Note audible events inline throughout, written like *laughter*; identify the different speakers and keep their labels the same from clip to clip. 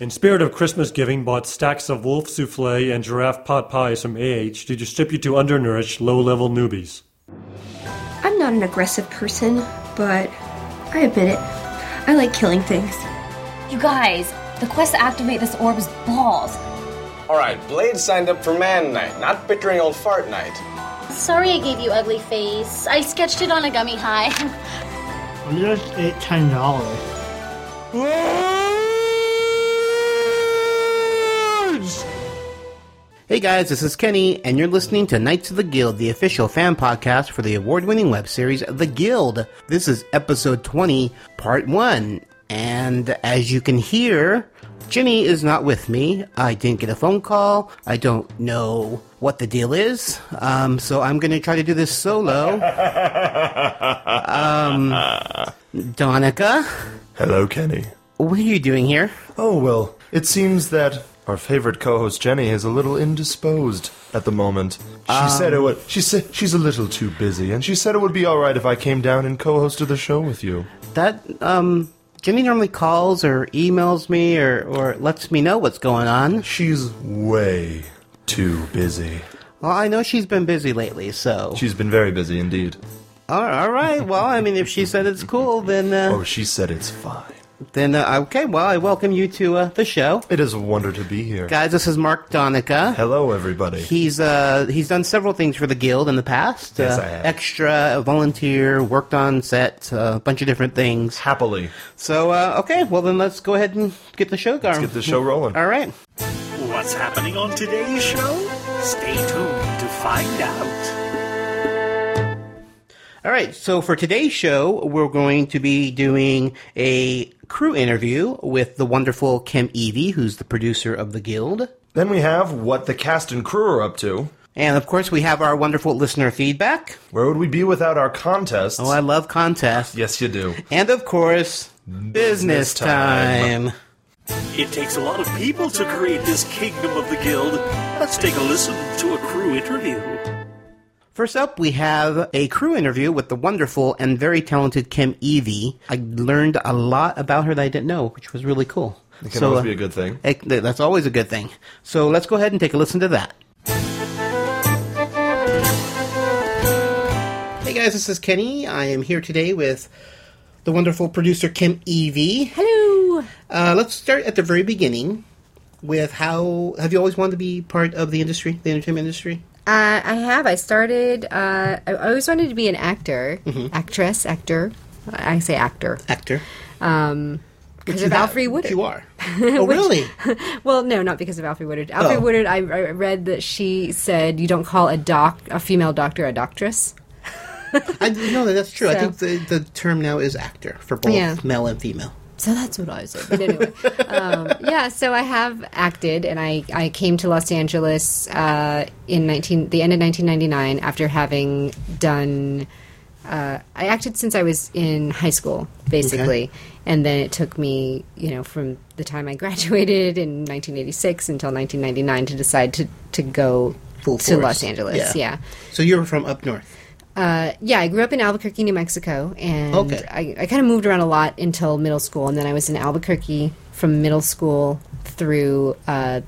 Speaker 1: In spirit of Christmas giving, bought stacks of wolf souffle and giraffe pot pies from AH to distribute to undernourished, low-level newbies.
Speaker 2: I'm not an aggressive person, but I admit it. I like killing things.
Speaker 3: You guys, the quest to activate this orb is balls.
Speaker 4: Alright, Blade signed up for Man Night, not bickering old fart night.
Speaker 5: Sorry I gave you ugly face. I sketched it on a gummy high. *laughs*
Speaker 6: I'm just at ten dollars.
Speaker 7: Hey guys, this is Kenny, and you're listening to Knights of the Guild, the official fan podcast for the award winning web series The Guild. This is episode 20, part 1. And as you can hear, Jenny is not with me. I didn't get a phone call. I don't know what the deal is. Um, so I'm going to try to do this solo. um, Donica,
Speaker 8: Hello, Kenny.
Speaker 7: what are you doing here?
Speaker 8: Oh, well, it seems that our favorite co-host Jenny is a little indisposed at the moment. She said it would. She said she's a little too busy, and she said it would be all right if I came down and co-hosted the show with you.
Speaker 7: That, um, Jenny normally calls or emails me or, or lets me know what's going on.
Speaker 8: She's way too busy.
Speaker 7: Well, I know she's been busy lately, so.
Speaker 8: She's been very busy indeed.
Speaker 7: All all right. Well, I mean, if she said it's cool, then
Speaker 8: Oh,
Speaker 7: uh,
Speaker 8: she said it's fine.
Speaker 7: then uh, okay. Well, I welcome you to uh, the show,
Speaker 8: It is a wonder to be here.
Speaker 7: guys. This is Mark Donica.
Speaker 8: Hello, everybody.
Speaker 7: He's uh he's done several things for the guild in the past.
Speaker 8: Yes,
Speaker 7: uh,
Speaker 8: I have.
Speaker 7: Extra volunteer, worked on set, uh, a bunch of different things.
Speaker 8: Happily,
Speaker 7: So uh, okay, well then let's go ahead and get the show going.
Speaker 8: let's get the show rolling.
Speaker 7: All right.
Speaker 9: What's happening on today's show? Stay tuned to find out.
Speaker 7: All right, so for today's show, we're going to be doing a crew interview with the wonderful Kim Evie, who's the producer of the guild.
Speaker 8: Then we have what the cast and crew are up to.
Speaker 7: And of course, we have our wonderful listener feedback.
Speaker 8: Where would we be without our contests?
Speaker 7: Oh, I love contests.
Speaker 8: yes, you do.
Speaker 7: And of course, business
Speaker 8: time.
Speaker 7: time.
Speaker 9: It takes a lot of people to create this kingdom of the guild. Let's take a listen to a crew interview.
Speaker 7: First up, we have a crew interview with the wonderful and very talented Kim Evie. I learned a lot about her that I didn't know, which was really cool.
Speaker 8: It can
Speaker 7: So,
Speaker 8: always
Speaker 7: uh,
Speaker 8: be a good thing.
Speaker 7: it- th- that's always a good thing. So let's go ahead and take a listen to that. Hey guys, this is Kenny. I am here today with the wonderful producer Kim Evie.
Speaker 3: Hello.
Speaker 7: Uh, let's start at the very beginning with how have you always wanted to be part of the industry, the entertainment industry?
Speaker 10: Uh, I have. I started. Uh, I I always wanted to be an actor, actress, actor. I say actor
Speaker 7: Actor.
Speaker 10: um, because of
Speaker 7: You have-
Speaker 10: Alfred Woodard. *laughs*
Speaker 7: You are. Oh, really?
Speaker 10: Well, no, not because of Alfred Woodard. Alfred Woodard. I, I read that she said you don't call a doc a female doctor a doctress.
Speaker 7: I no, that's true. I
Speaker 10: So-
Speaker 7: think the, the term now is actor for both
Speaker 10: Yeah.
Speaker 7: male and female.
Speaker 10: So that's what I said. But anyway, um, yeah. So I have acted, and I, I came to Los Angeles uh, in nineteen the end of nineteen ninety nine after having done. Uh, I acted since I was in high school, basically, and then it took me, you know, from the time I *laughs* graduated in nineteen eighty six until nineteen ninety nine to decide to to go
Speaker 7: Full
Speaker 10: to
Speaker 7: force.
Speaker 10: Los Angeles.
Speaker 7: Yeah.
Speaker 10: Yeah.
Speaker 7: So you're from up north.
Speaker 10: Uh, yeah, I grew up in Albuquerque, New Mexico, and
Speaker 7: Okay.
Speaker 10: I, I kind of moved around a lot until middle school, and then I was in Albuquerque from middle school through uh,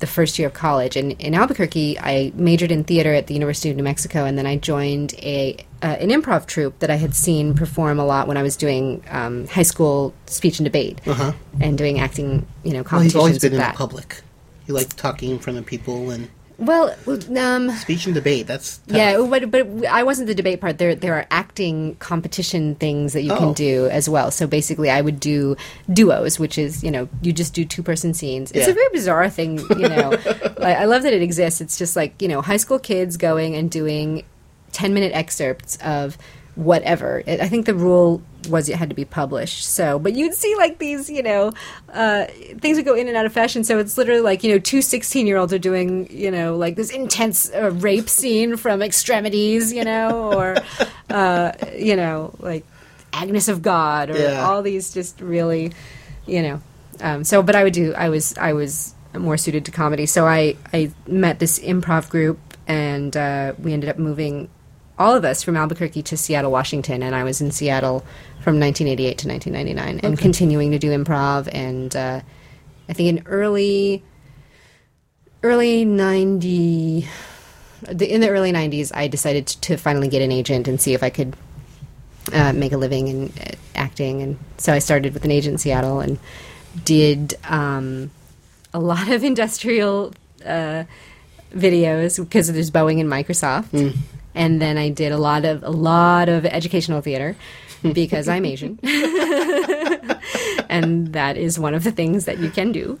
Speaker 10: the first year of college. And in Albuquerque, I majored in theater at the University of New Mexico, and then I joined a uh, an improv troupe that I had seen perform a lot when I was doing um, high school speech and debate and doing acting, you know,
Speaker 7: Uh-huh. Well,
Speaker 10: competitions.
Speaker 7: you've always been
Speaker 10: with
Speaker 7: in
Speaker 10: that.
Speaker 7: the public. You like talking in front of people and
Speaker 10: Well, um,
Speaker 7: speech and debate. That's tough.
Speaker 10: Yeah, but but I wasn't the debate part. There there are acting competition things that you
Speaker 7: Oh.
Speaker 10: can do as well. So basically, I would do duos, which is you know you just do two person scenes. It's
Speaker 7: Yeah.
Speaker 10: a very bizarre thing, you know. I, I love that it exists. It's just like you know high school kids going and doing ten minute excerpts of whatever. It, I think the rule was it had to be published. So, but you'd see like these, you know, uh, things would go in and out of fashion. So it's literally like, you know, two 16 year olds are doing, you know, like this intense uh, rape scene from Extremities, you know, or, uh, you know, like Agnes of God or
Speaker 7: Yeah.
Speaker 10: all these just really, you know. Um, so, but I would do, I was, I was more suited to comedy. So I, I met this improv group and uh, we ended up moving all of us from Albuquerque to Seattle, Washington, and I was in Seattle from 1988 to 1999, and continuing to do improv and uh, I think in early early 90 the- in the early 90s I decided to finally get an agent and see if I could uh, make a living in uh, acting and so I started with an agent in Seattle and did um, a lot of *laughs* industrial uh, videos because there's Boeing and Microsoft and then I did a lot of a lot of educational theater because I'm Asian and that is one of the things that you can do.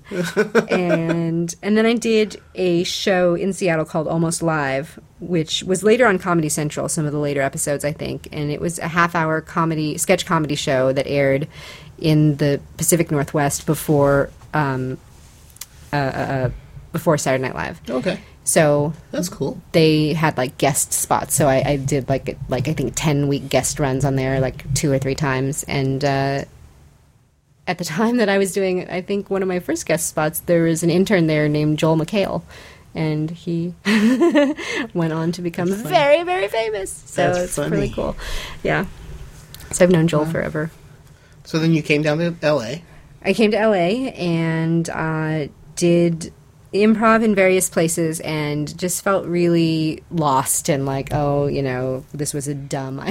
Speaker 10: and and then I did a show in Seattle called Almost Live, which was later on Comedy Central, some of the later episodes I think, and it was a half hour comedy sketch comedy show that aired in the Pacific Northwest before um, uh, uh, uh, before Saturday Night Live.
Speaker 7: Okay.
Speaker 10: So
Speaker 7: That's cool.
Speaker 10: they had like guest spots so i, I did like like i think 10 week guest runs on there like two or three times and uh, at the time that i was doing i think one of my first guest spots there was an intern there named joel mchale and he *laughs* went on to become very very famous so
Speaker 7: That's
Speaker 10: it's
Speaker 7: funny.
Speaker 10: really cool yeah so i've known joel forever
Speaker 7: So then you came down to LA.
Speaker 10: I came to LA and uh, did improv in various places and just felt really lost and like, oh, you know, this was a dumb *laughs*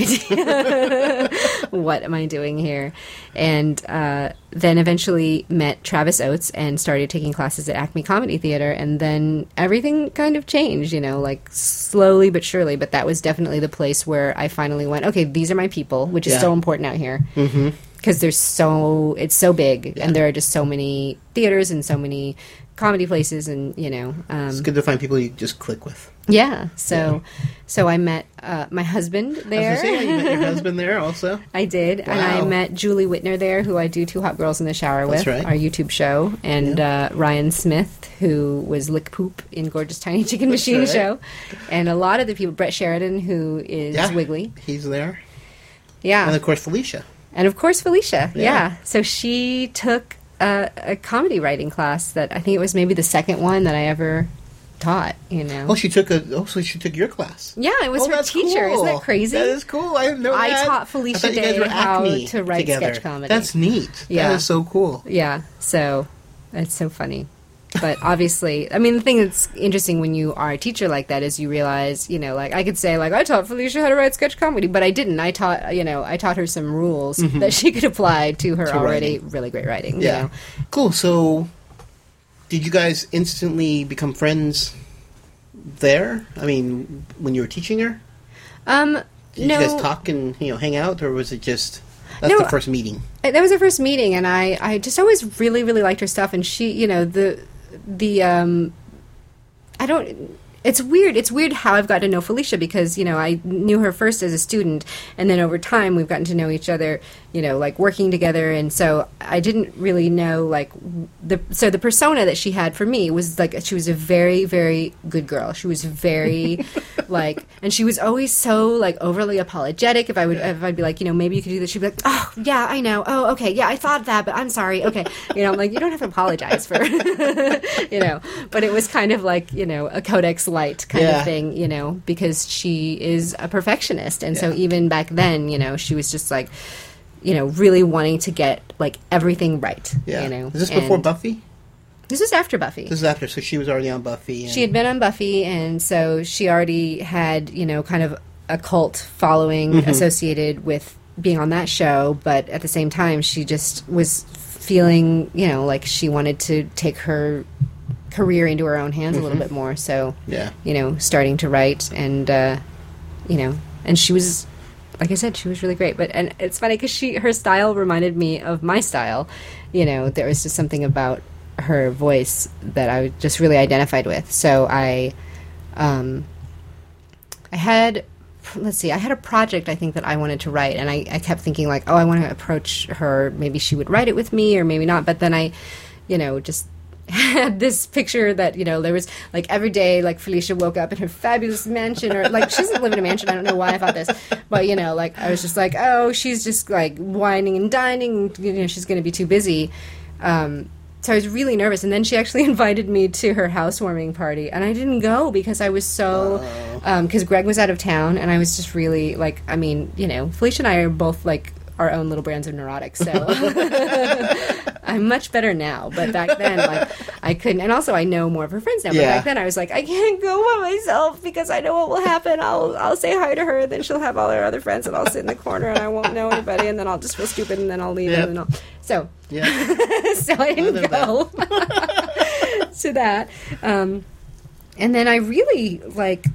Speaker 10: idea. what am I doing here? And uh, then eventually met Travis Oates and started taking classes at Acme Comedy Theater. And then everything kind of changed, you know, like slowly but surely. But that was definitely the place where I finally went, okay, these are my people, which is
Speaker 7: Yeah.
Speaker 10: so important out here
Speaker 7: Mm-hmm.
Speaker 10: because there's so it's so big and there are just so many theaters and so many comedy places and you know um,
Speaker 7: It's good to find people you just click with.
Speaker 10: yeah so so i met uh, my husband
Speaker 7: I
Speaker 10: there
Speaker 7: was gonna say, yeah, you met your husband there also.
Speaker 10: *laughs* I did, and I
Speaker 7: Wow.
Speaker 10: met Julie Whitner there, who I do Two Hot Girls in the Shower
Speaker 7: That's
Speaker 10: with,
Speaker 7: right.
Speaker 10: our YouTube show, and uh, Ryan Smith, who was Lick Poop in Gorgeous Tiny Chicken Machine
Speaker 7: right.
Speaker 10: show, and a lot of the people, Brett Sheridan, who is Wiggly,
Speaker 7: He's there.
Speaker 10: yeah,
Speaker 7: And of course, Felicia.
Speaker 10: and of course Felicia. Yeah.
Speaker 7: Yeah.
Speaker 10: So she took a, a comedy writing class that I think it was maybe the second one that I ever taught. You know.
Speaker 7: Oh, she took a. Oh, so she took your class.
Speaker 10: yeah, it was
Speaker 7: oh,
Speaker 10: her
Speaker 7: that's
Speaker 10: teacher.
Speaker 7: cool.
Speaker 10: Isn't that crazy?
Speaker 7: That is cool. I didn't know
Speaker 10: I
Speaker 7: that.
Speaker 10: taught
Speaker 7: thought
Speaker 10: Felicia
Speaker 7: you guys
Speaker 10: Day
Speaker 7: were
Speaker 10: how
Speaker 7: Acme
Speaker 10: to write
Speaker 7: together.
Speaker 10: sketch comedy.
Speaker 7: That's neat.
Speaker 10: Yeah.
Speaker 7: That is so cool.
Speaker 10: Yeah. So it's so funny. But *laughs* obviously, I mean, the thing that's interesting when you are a teacher like that is you realize, you know, like I could say, like I taught Felicia how to write sketch comedy, but I didn't. I taught, you know, I taught her some rules that she could apply to her already really great writing.
Speaker 7: Mm-hmm. Yeah.
Speaker 10: You know?
Speaker 7: Cool. So, did you guys instantly become friends there? I mean, when you were teaching her,
Speaker 10: Um,
Speaker 7: did
Speaker 10: no,
Speaker 7: you guys talk and you know hang out, or was it just that's
Speaker 10: No,
Speaker 7: the first meeting?
Speaker 10: I- that was our first meeting, and I, I just always really, really liked her stuff. And she, you know, the, the, um, I don't. It's weird. It's weird how I've gotten to know Felicia because you know I knew her first as a student, and then over time we've gotten to know each other. You know, like working together, and so I didn't really know like w- the so the persona that she had for me was like she was a very very good girl. She was
Speaker 7: *laughs*
Speaker 10: very like, and she was always so like overly apologetic. If I would if I'd be like you know maybe you could do this, she'd be like oh yeah I know oh okay yeah I thought that but I'm sorry okay you know I'm like you don't have to apologize for *laughs* you know but it was kind of like you know a codex light kind
Speaker 7: Yeah.
Speaker 10: of thing you know because she is a perfectionist and so even back then you know she was just like you know really wanting to get like everything right
Speaker 7: Yeah.
Speaker 10: you know
Speaker 7: is this before
Speaker 10: And-
Speaker 7: Buffy?
Speaker 10: this is after buffy
Speaker 7: This is after. So she was already on Buffy. And,
Speaker 10: she had been on Buffy, and so she already had, you know, kind of a cult following associated with being on that show. But at the same time, she just was feeling, you know, like she wanted to take her career into her own hands a little bit more. So,
Speaker 7: Yeah.
Speaker 10: you know, starting to write and, uh, you know, and she was. Like I said, she was really great, but and it's funny because she her style reminded me of my style. You know, there was just something about her voice that I just really identified with. So I, um, I had, let's see, I had a project I think that I wanted to write, and I, I kept thinking like, oh, I want to approach her. Maybe she would write it with me, or maybe not. But then I, you know, just *laughs* had this picture that you know there was like every day like Felicia woke up in her fabulous mansion, or like she doesn't live in a mansion. I don't know why I thought this, but you know, like I was just like, oh, she's just like whining and dining. and, You know, she's going to be too busy. Um, so I was really nervous, and then she actually *laughs* invited me to her housewarming party, and I didn't go because I was so, um, because Greg was out of town, and I was just really like, I mean, you know, Felicia and I are both like our own little brands of neurotics.
Speaker 7: *laughs*
Speaker 10: So I'm much better now, but back then, like I couldn't. And also, I know more of her friends now. But
Speaker 7: Yeah.
Speaker 10: back then, I was like, I can't go by myself because I know what will happen. I'll I'll say hi to her, then she'll have all her other friends, and I'll sit in the corner and I won't know anybody, and then I'll just feel stupid, and then I'll leave,
Speaker 7: Yep.
Speaker 10: and then I'll so
Speaker 7: Yeah.
Speaker 10: *laughs* so I didn't go *laughs* to that. Um, and then I really like,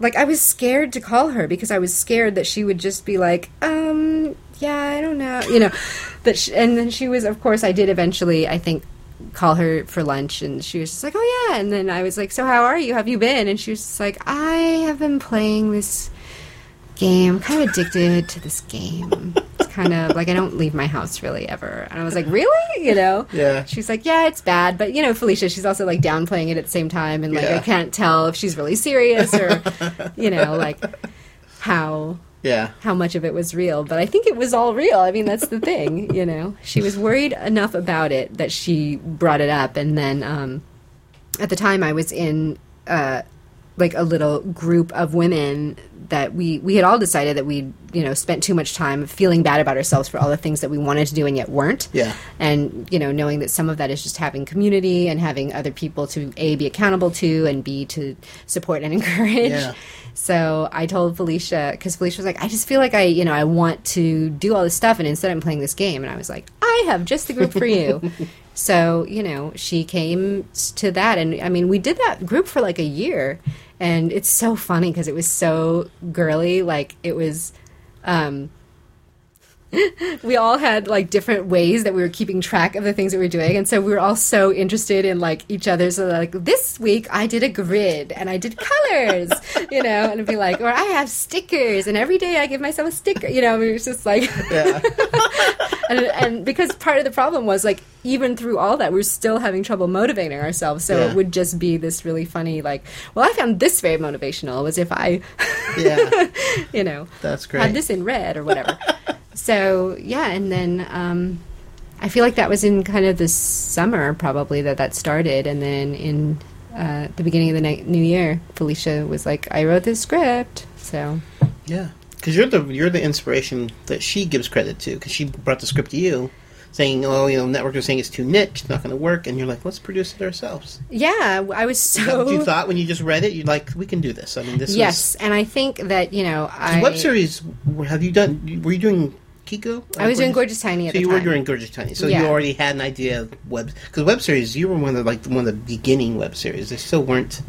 Speaker 10: like I was scared to call her because I was scared that she would just be like, um, yeah, I don't know, you know. That she, and then she was, of course, I did eventually. I think call her for lunch and she was just like oh yeah and then i was like so how are you have you been and she was just like i have been playing this game. I'm kind of addicted to this game. It's kind of like I don't leave my house really ever. And I was like, really? You know?
Speaker 7: Yeah.
Speaker 10: She's like, yeah, it's bad, but you know, Felicia, she's also like downplaying it at the same time, and like
Speaker 7: Yeah.
Speaker 10: I can't tell if she's really serious or, you know, like how *laughs*
Speaker 7: Yeah.
Speaker 10: how much of it was real, but I think it was all real. I mean, that's the thing, *laughs* you know. She was worried enough about it that she brought it up, and then um, at the time I was in uh, like a little group of women that we we had all decided that we you know spent too much time feeling bad about ourselves for all the things that we wanted to do and yet weren't.
Speaker 7: Yeah.
Speaker 10: and you know knowing that some of that is just having community and having other people to a be accountable to and b to support and *laughs* encourage.
Speaker 7: Yeah.
Speaker 10: So I told Felicia because Felicia was like, I just feel like I, you know, I want to do all this stuff, and instead I'm playing this game. And I was like, I have just the group for you. so you know, she came s- to that, and I mean, we did that group for like a year, and it's so funny because it was so girly, like it was. Um, we all had like different ways that we were keeping track of the things that we were doing and so we were all so interested in like each other's so like this week i did a grid and i did colors *laughs* you know and it'd be like or i have stickers and every day i give myself a sticker you know it was just like *laughs*
Speaker 7: Yeah.
Speaker 10: and, and because part of the problem was like even through all that we're still having trouble motivating ourselves so
Speaker 7: Yeah.
Speaker 10: it would just be this really funny like well i found this very motivational was if i
Speaker 7: Yeah.
Speaker 10: *laughs* you know
Speaker 7: That's
Speaker 10: had
Speaker 7: great.
Speaker 10: this in red or
Speaker 7: *laughs*
Speaker 10: whatever so yeah and then um, i feel like that was in kind of the summer probably that that started and then in uh, the beginning of the ni- new year felicia was like i wrote this script so
Speaker 7: Yeah, because you're the you're the inspiration that she gives credit to. Because she brought the script to you, saying, "Oh, you know, network was saying it's too niche, it's not going to work," and you're like, "Let's produce it ourselves."
Speaker 10: yeah i was
Speaker 7: That's
Speaker 10: so
Speaker 7: what you thought when you just read it. You're like, "We can do this." I mean, this
Speaker 10: yes and i think that you know
Speaker 7: was
Speaker 10: i
Speaker 7: web series. w- Have you done? Were you doing Kiko?
Speaker 10: I was doing Gorgeous Tiny at
Speaker 7: So
Speaker 10: the
Speaker 7: you
Speaker 10: time.
Speaker 7: were doing Gorgeous Tiny. So you
Speaker 10: Yeah.
Speaker 7: already had an idea of web because web series. You were one of the, like one of the beginning web series. They still weren't.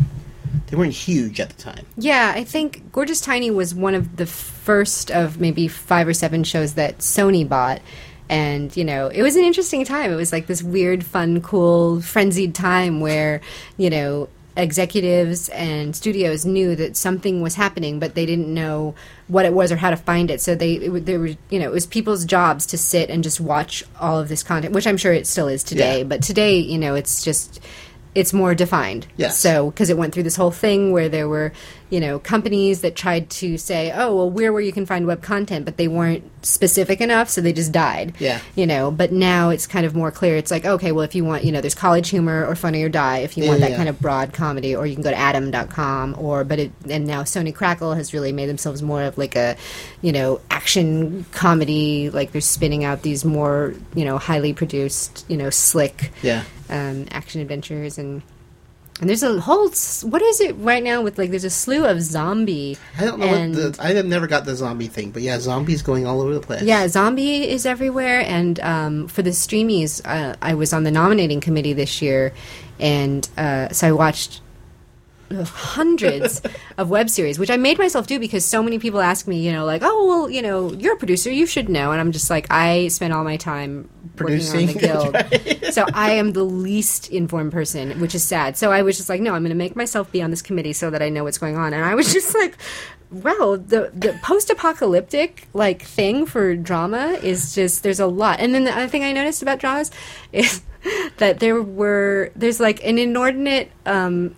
Speaker 7: They weren't huge at the time.
Speaker 10: Yeah, I think Gorgeous Tiny was one of the first of maybe five or seven shows that Sony bought. And, you know, it was an interesting time. It was like this weird, fun, cool, frenzied time where, you know, executives and studios knew that something was happening, but they didn't know what it was or how to find it. So they, it, w- they were, you know, it was people's jobs to sit and just watch all of this content, which I'm sure it still is today.
Speaker 7: Yeah.
Speaker 10: But today, you know, it's just, it's more defined.
Speaker 7: Yes.
Speaker 10: So because it went through this whole thing where there were, you know, companies that tried to say, oh, well, we're where you can find web content, but they weren't specific enough, so they just died.
Speaker 7: Yeah.
Speaker 10: You know, but now it's kind of more clear. It's like, okay, well, if you want, you know, there's college humor or funny or die, if you
Speaker 7: Yeah,
Speaker 10: want that
Speaker 7: yeah.
Speaker 10: kind of broad comedy, or you can go to adam.com, or, but it, and now Sony Crackle has really made themselves more of like a, you know, action comedy. Like they're spinning out these more, you know, highly produced, you know, slick
Speaker 7: Yeah.
Speaker 10: um, action adventures and and there's a whole s- what is it right now with like there's a slew of zombie
Speaker 7: I don't know
Speaker 10: and-
Speaker 7: what the, I have never got the zombie thing, but yeah, zombies going all over the place.
Speaker 10: yeah zombie is everywhere and um, for the streamies uh, i was on the nominating committee this year and uh, so i watched ugh, hundreds of web series which i made myself do because so many people ask me you know like oh well you know you're a producer you should know and i'm just like i spend all my time
Speaker 7: Producing.
Speaker 10: working on the guild so i am the least informed person which is sad so i was just like no i'm going to make myself be on this committee so that i know what's going on and i was *laughs* just like wow the, the post-apocalyptic like thing for drama is just there's a lot and then the other thing i noticed about dramas is *laughs* that there were there's like an inordinate um,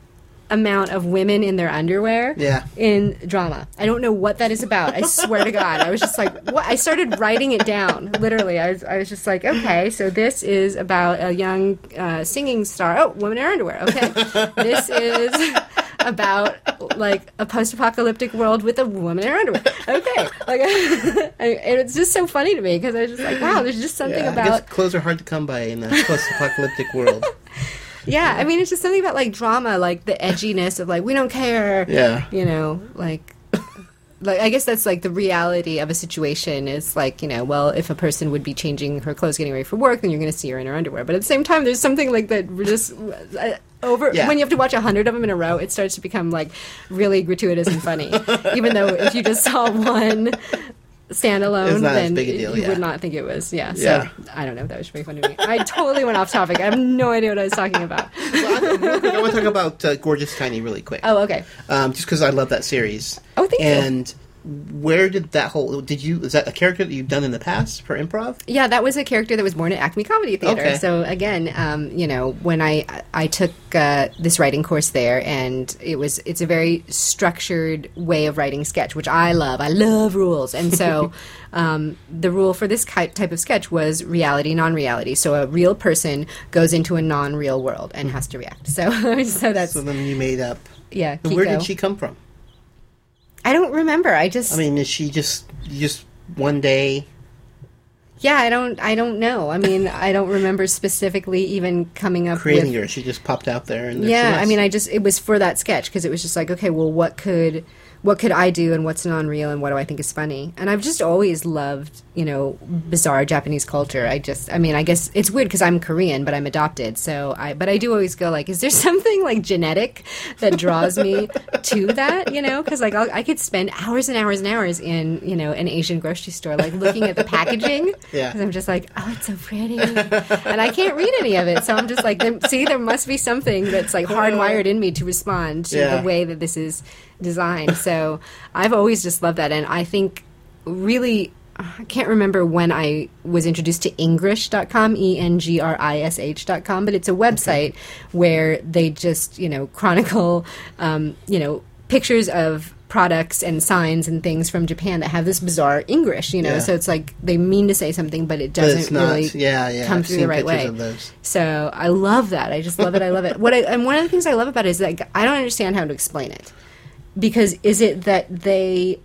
Speaker 10: amount of women in their underwear
Speaker 7: Yeah.
Speaker 10: in drama. I don't know what that is about. I swear to God. I was just like, what? I started writing it down, literally. I was, I was just like, okay, so this is about a young uh, singing star. Oh, women in underwear. Okay. This is about like a post-apocalyptic world with a woman in her underwear. Okay, like *laughs* I, and it's just so funny to me because I was just like, wow, there's just something
Speaker 7: Yeah, I guess
Speaker 10: about
Speaker 7: clothes are hard to come by in a
Speaker 10: *laughs*
Speaker 7: post-apocalyptic world.
Speaker 10: yeah. I mean, it's just something about like drama, like the edginess of like we don't care.
Speaker 7: Yeah.
Speaker 10: you know, like. Like, I guess that's like the reality of a situation is like, you know, well, if a person would be changing her clothes, getting ready for work, then you're going to see her in her underwear. But at the same time, there's something like that we're just uh, over
Speaker 7: Yeah.
Speaker 10: when you have to watch a hundred of them in a row, it starts to become like really gratuitous and
Speaker 7: *laughs*
Speaker 10: funny. Even though if you just saw one standalone,
Speaker 7: It's not as
Speaker 10: then
Speaker 7: big a deal,
Speaker 10: you
Speaker 7: yeah.
Speaker 10: would not think it was. Yeah. So
Speaker 7: Yeah.
Speaker 10: I don't know if that was pretty funny to me. I totally went off topic. I have no idea what I was talking
Speaker 7: *laughs*
Speaker 10: about.
Speaker 7: I want to talk about uh, Gorgeous Tiny really quick.
Speaker 10: Oh, okay.
Speaker 7: um, just because I love that series.
Speaker 10: Oh, thank you.
Speaker 7: and where did that whole did you is that a character that you've done in the past for improv?
Speaker 10: Yeah, that was a character that was born at Acme Comedy Theater.
Speaker 7: Okay.
Speaker 10: So again, um, you know, when I I took uh, this writing course there, and it was it's a very structured way of writing sketch, which I love. I love rules, and so
Speaker 7: *laughs*
Speaker 10: um, the rule for this ki- type of sketch was reality, non-reality. So a real person goes into a non-real world and has to react. So *laughs* so that's
Speaker 7: Mm-hmm. So then you made up.
Speaker 10: yeah.
Speaker 7: And Where
Speaker 10: Kiko.
Speaker 7: did she come from?
Speaker 10: I don't remember. I just
Speaker 7: I mean, is she just you just one day?
Speaker 10: yeah. I don't I don't know. I
Speaker 7: *laughs*
Speaker 10: mean, I don't remember specifically even coming up
Speaker 7: Creating
Speaker 10: with
Speaker 7: her, she just popped out there, and there
Speaker 10: yeah
Speaker 7: she
Speaker 10: i
Speaker 7: was.
Speaker 10: mean i just it was for that sketch because it was just like okay well what could what could i do and what's non-real and what do i think is funny and i've just always loved you know bizarre japanese culture i just i mean i guess it's weird because i'm korean but i'm adopted so i but i do always go like is there *laughs* something like genetic that draws me to that you know because like I'll, i could spend hours and hours and hours in you know an asian grocery store like looking
Speaker 7: *laughs*
Speaker 10: at the packaging
Speaker 7: Yeah.
Speaker 10: 'Cause I'm just like, oh, it's so pretty, and I can't read any of it. So I'm just like, there, see, there must be something that's like hardwired in me to respond to
Speaker 7: Yeah.
Speaker 10: the way that this is designed. So I've always just loved that, and I think really. I can't remember when I was introduced to Engrish.com, E N G R I S H.com, but it's a website where they just, you know, chronicle, um, you know, pictures of products and signs and things from Japan that have this bizarre English, you know.
Speaker 7: Yeah.
Speaker 10: So it's like they mean to say something, but it doesn't
Speaker 7: it's not.
Speaker 10: really
Speaker 7: Yeah, yeah,
Speaker 10: come
Speaker 7: I've
Speaker 10: through the
Speaker 7: seen
Speaker 10: right
Speaker 7: pictures
Speaker 10: way.
Speaker 7: of those.
Speaker 10: So I love that. I just love it. I love it. What I, and one of the things I love about it is like I don't understand how to explain it because is it that they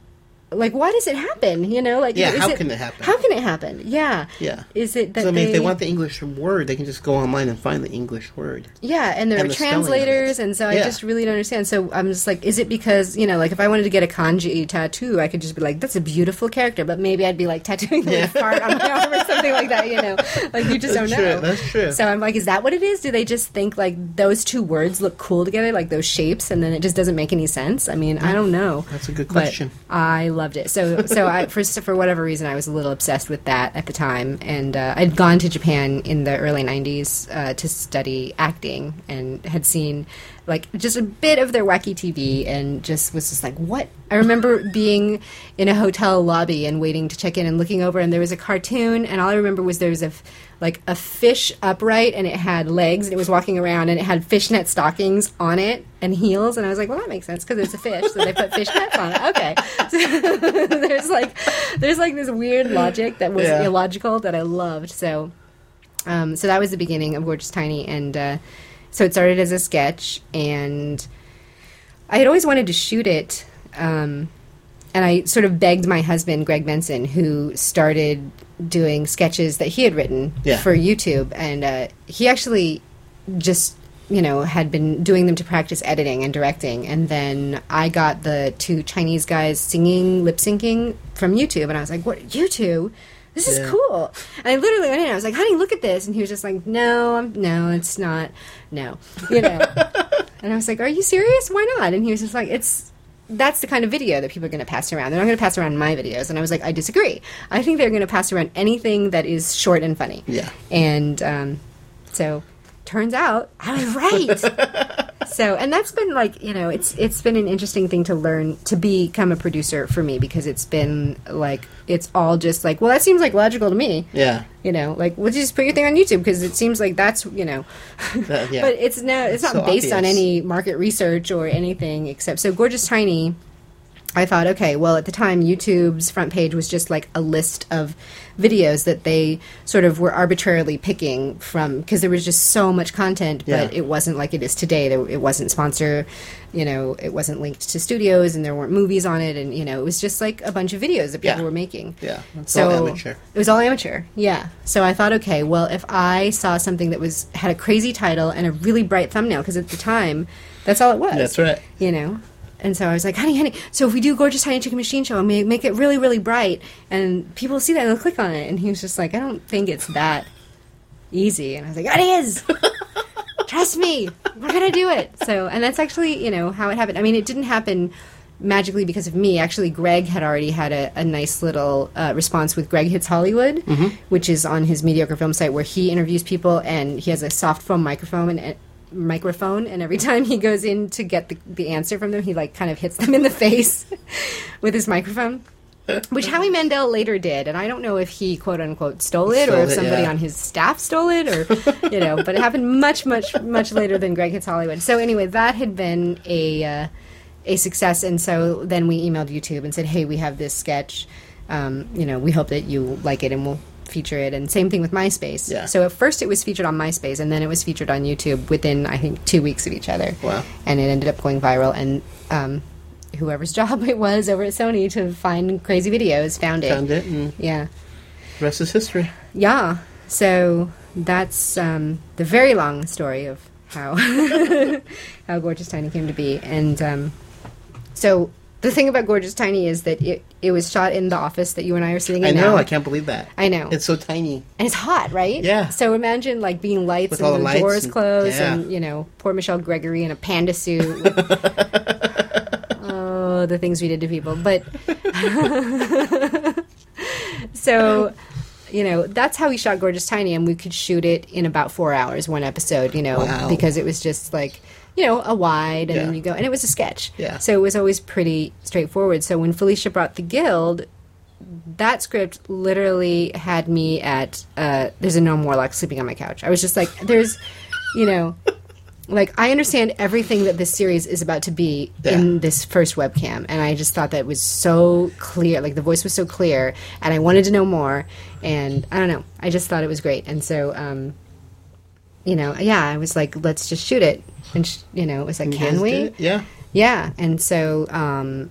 Speaker 10: like why does it happen? You know, like
Speaker 7: Yeah,
Speaker 10: is
Speaker 7: how can it happen?
Speaker 10: How can it happen? Yeah,
Speaker 7: yeah.
Speaker 10: Is it that
Speaker 7: So, I mean,
Speaker 10: they,
Speaker 7: if they want the English word, they can just go online and find the English word.
Speaker 10: Yeah, and there
Speaker 7: And
Speaker 10: are
Speaker 7: the spelling of it.
Speaker 10: translators, and so I
Speaker 7: Yeah.
Speaker 10: just really don't understand. So I'm just like, is it because you know, like if I wanted to get a kanji tattoo, I could just be like, that's a beautiful character, but maybe I'd be like tattooing the little heart on my arm or something like that. You know, like you just
Speaker 7: That's
Speaker 10: don't
Speaker 7: true,
Speaker 10: know.
Speaker 7: that's true.
Speaker 10: So I'm like, is that what it is? Do they just think like those two words look cool together, like those shapes, and then it just doesn't make any sense? I mean, I don't know.
Speaker 7: That's a good
Speaker 10: But
Speaker 7: question.
Speaker 10: I loved it. So, so I, for for whatever reason, I was a little obsessed with that at the time, and uh, I'd gone to Japan in the early '90s uh, to study acting, and had seen like just a bit of their wacky TV, and just was just like, what? I remember being in a hotel lobby and waiting to check in, and looking over, and there was a cartoon, and all I remember was there was a f- like a fish upright, and it had legs, and it was walking around, and it had fishnet stockings on it and heels, and I was like, well, that makes sense because it's a fish, so they put fishnets on it. Okay, *laughs* so *laughs* there's like there's like this weird logic that was
Speaker 7: Yeah.
Speaker 10: illogical that I loved. So um, so that was the beginning of Gorgeous Tiny, and uh, so it started as a sketch, and I had always wanted to shoot it. Um, and I sort of begged my husband, Greg Benson, who started doing sketches that he had written
Speaker 7: Yeah.
Speaker 10: for YouTube, and uh, he actually just you know had been doing them to practice editing and directing, and then I got the two Chinese guys singing lip syncing from YouTube, and I was like, "What YouTube?" This is cool. And I literally went in. I was like, "Honey, look at this," and he was just like, "No, I'm, no, it's not. No, you know." And I was like, "Are you serious? Why not?" And he was just like, "It's that's the kind of video that people are going to pass around. They're not going to pass around my videos." And I was like, "I disagree. I think they're going to pass around anything that is short and funny."
Speaker 7: Yeah.
Speaker 10: And um, so, turns out I was right.
Speaker 7: *laughs*
Speaker 10: so, and that's been like you know, it's it's been an interesting thing to learn to become a producer for me because it's been like it's all just like, well, that seems like logical to me.
Speaker 7: Yeah.
Speaker 10: You know, like, well, just put your thing on YouTube because it seems like that's you know,
Speaker 7: That-
Speaker 10: *laughs*
Speaker 7: yeah.
Speaker 10: but it's no, it's not
Speaker 7: So
Speaker 10: based on
Speaker 7: obvious.
Speaker 10: any market research or anything except so gorgeous tiny I thought, okay, well, at the time, YouTube's front page was just like a list of videos that they sort of were arbitrarily picking from because there was just so much content, but
Speaker 7: Yeah.
Speaker 10: it wasn't like it is today. There, it wasn't sponsor, you know, it wasn't linked to studios and there weren't movies on it. And, you know, it was just like a bunch of videos that people
Speaker 7: Yeah.
Speaker 10: were making.
Speaker 7: Yeah, it's
Speaker 10: so
Speaker 7: all amateur.
Speaker 10: It was all amateur, yeah. So I thought, okay, well, if I saw something that was had a crazy title and a really bright thumbnail, because at the time, that's all it was.
Speaker 7: That's right.
Speaker 10: You know. And so I was like, honey, honey. So if we do gorgeous tiny chicken machine show and we make it really, really bright, and people see that and they'll click on it, and he was just like, I don't think it's that easy. And I was like, it is.
Speaker 7: *laughs*
Speaker 10: Trust me, we're gonna do it. So, and that's actually, you know, how it happened. I mean, it didn't happen magically because of me. Actually, Greg had already had a, a nice little uh, response with Greg Hits Hollywood,
Speaker 7: Mm-hmm.
Speaker 10: which is on his mediocre film site where he interviews people and he has a soft foam microphone and. and microphone and every time he goes in to get the, the answer from them he like kind of hits them in the face *laughs* with his microphone which Howie Mandel later did, and I don't know if he quote unquote stole it
Speaker 7: Stole
Speaker 10: or if
Speaker 7: it,
Speaker 10: somebody
Speaker 7: yeah.
Speaker 10: on his staff stole it
Speaker 7: *laughs*
Speaker 10: or you know, but it happened much, much, much later than Greg Hits Hollywood. So anyway, that had been a uh, a success, and so then we emailed YouTube and said, hey, we have this sketch. Um, you know, we hope that you like it, and we'll feature it. And same thing with MySpace.
Speaker 7: Yeah.
Speaker 10: So at first it was featured on MySpace, and then it was featured on YouTube within I think two weeks of each other.
Speaker 7: Wow.
Speaker 10: And it ended up going viral, and um, whoever's *laughs* job it was over at Sony to find crazy videos found it.
Speaker 7: Found it, and
Speaker 10: Yeah.
Speaker 7: rest is history.
Speaker 10: Yeah. So that's um, the very long story of how *laughs* how Gorgeous Tiny came to be, and um, so the thing about Gorgeous Tiny is that it it was shot in the office that you and I are sitting in.
Speaker 7: I know.
Speaker 10: now.
Speaker 7: I can't believe that.
Speaker 10: I know.
Speaker 7: It's so tiny.
Speaker 10: and it's hot, right?
Speaker 7: Yeah.
Speaker 10: So imagine like being lights
Speaker 7: With
Speaker 10: and
Speaker 7: all the
Speaker 10: the,
Speaker 7: lights
Speaker 10: doors
Speaker 7: and-
Speaker 10: closed,
Speaker 7: yeah.
Speaker 10: and you know, poor Michelle Gregory in a panda
Speaker 7: *laughs*
Speaker 10: suit. oh, the things we did to people! But *laughs* so you know, that's how we shot Gorgeous Tiny, and we could shoot it in about four hours, one episode. You know,
Speaker 7: Wow.
Speaker 10: because it was just like. You know, a wide, and
Speaker 7: Yeah.
Speaker 10: then you go, and it was a sketch.
Speaker 7: Yeah.
Speaker 10: So it was always pretty straightforward. So when Felicia brought the guild, that script literally had me at uh, there's a gnome warlock sleeping on my couch. I was just like, there's, you know, like I understand everything that this series is about to be in this first webcam, and I just thought that was so clear. Like the voice was so clear, and I wanted to know more. And I don't know, I just thought it was great. And so, um, you know, yeah, I was like, let's just shoot it. And sh- you know, it was like,
Speaker 7: You
Speaker 10: can
Speaker 7: guys
Speaker 10: we?
Speaker 7: did it? Yeah.
Speaker 10: Yeah, and so um,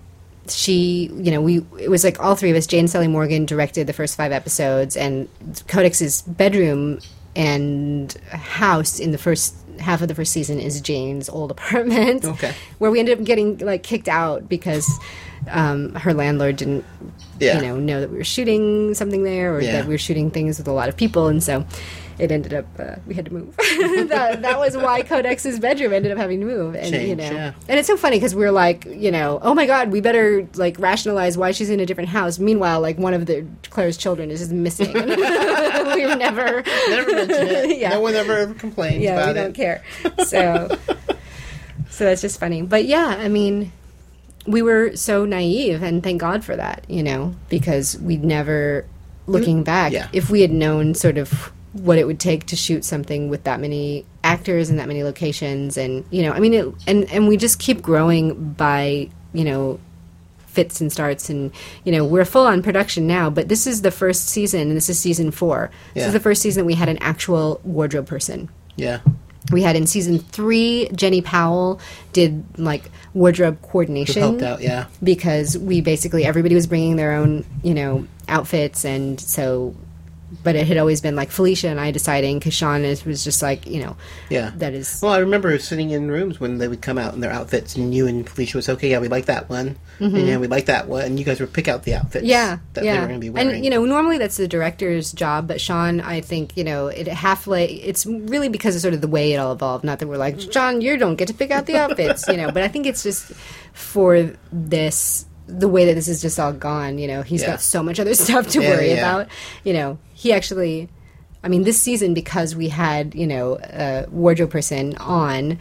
Speaker 10: she, you know, we it was like all three of us. Jane Sally Morgan directed the first five episodes, and Codex's bedroom and house in the first half of the first season is Jane's old *laughs* apartment.
Speaker 7: Okay.
Speaker 10: where we ended up getting like kicked out because um, her landlord didn't,
Speaker 7: Yeah.
Speaker 10: you know, know that we were shooting something there or
Speaker 7: Yeah.
Speaker 10: that we were shooting things with a lot of people, and so. It ended up uh, we had to move. *laughs* that, that was why Codex's bedroom ended up having to move, and you
Speaker 7: Change,
Speaker 10: know,
Speaker 7: yeah.
Speaker 10: and it's so funny because we're like, you know, oh my god, we better like rationalize why she's in a different house. Meanwhile, like one of the Claire's children is just missing. *laughs* We've never,
Speaker 7: Never mentioned
Speaker 10: *laughs*
Speaker 7: it.
Speaker 10: Yeah.
Speaker 7: No one ever ever complains
Speaker 10: yeah,
Speaker 7: about
Speaker 10: we
Speaker 7: it.
Speaker 10: don't
Speaker 7: *laughs*
Speaker 10: care. So, so that's just funny. But yeah, I mean, we were so naive, and thank God for that, you know, because we'd never, looking back,
Speaker 7: Mm, yeah.
Speaker 10: if we had known sort of what it would take to shoot something with that many actors and that many locations, and you know, I mean, it, and and we just keep growing by you know fits and starts and you know we're full on production now but this is the first season and this is season four this
Speaker 7: Yeah.
Speaker 10: is the first season that we had an actual wardrobe person
Speaker 7: Yeah.
Speaker 10: we had in season three jenny powell did like wardrobe coordination
Speaker 7: Helped out, yeah.
Speaker 10: because we basically everybody was bringing their own you know outfits and so but it had always been like felicia and i deciding because sean is, was just like you know
Speaker 7: Yeah.
Speaker 10: that is
Speaker 7: Well, I remember sitting in rooms when they would come out in their outfits, and you and Felicia was okay. Yeah, we like that one. And yeah, we like that one. And you guys would pick out the outfits.
Speaker 10: Mm-hmm. yeah,
Speaker 7: that
Speaker 10: yeah.
Speaker 7: they were going to be wearing.
Speaker 10: And you know, normally that's the director's job, but Sean, I think you know, it halfway. It's really because of sort of the way it all evolved. Not that we're like, Sean, you don't get to pick out
Speaker 7: *laughs*
Speaker 10: the outfits, you know. But I think it's just for this, the way that this is just all gone. You know, he's
Speaker 7: Yeah.
Speaker 10: got so much other *laughs* stuff to
Speaker 7: Yeah,
Speaker 10: worry
Speaker 7: yeah.
Speaker 10: about. You know, he actually. I mean, this season because we had you know a wardrobe person on.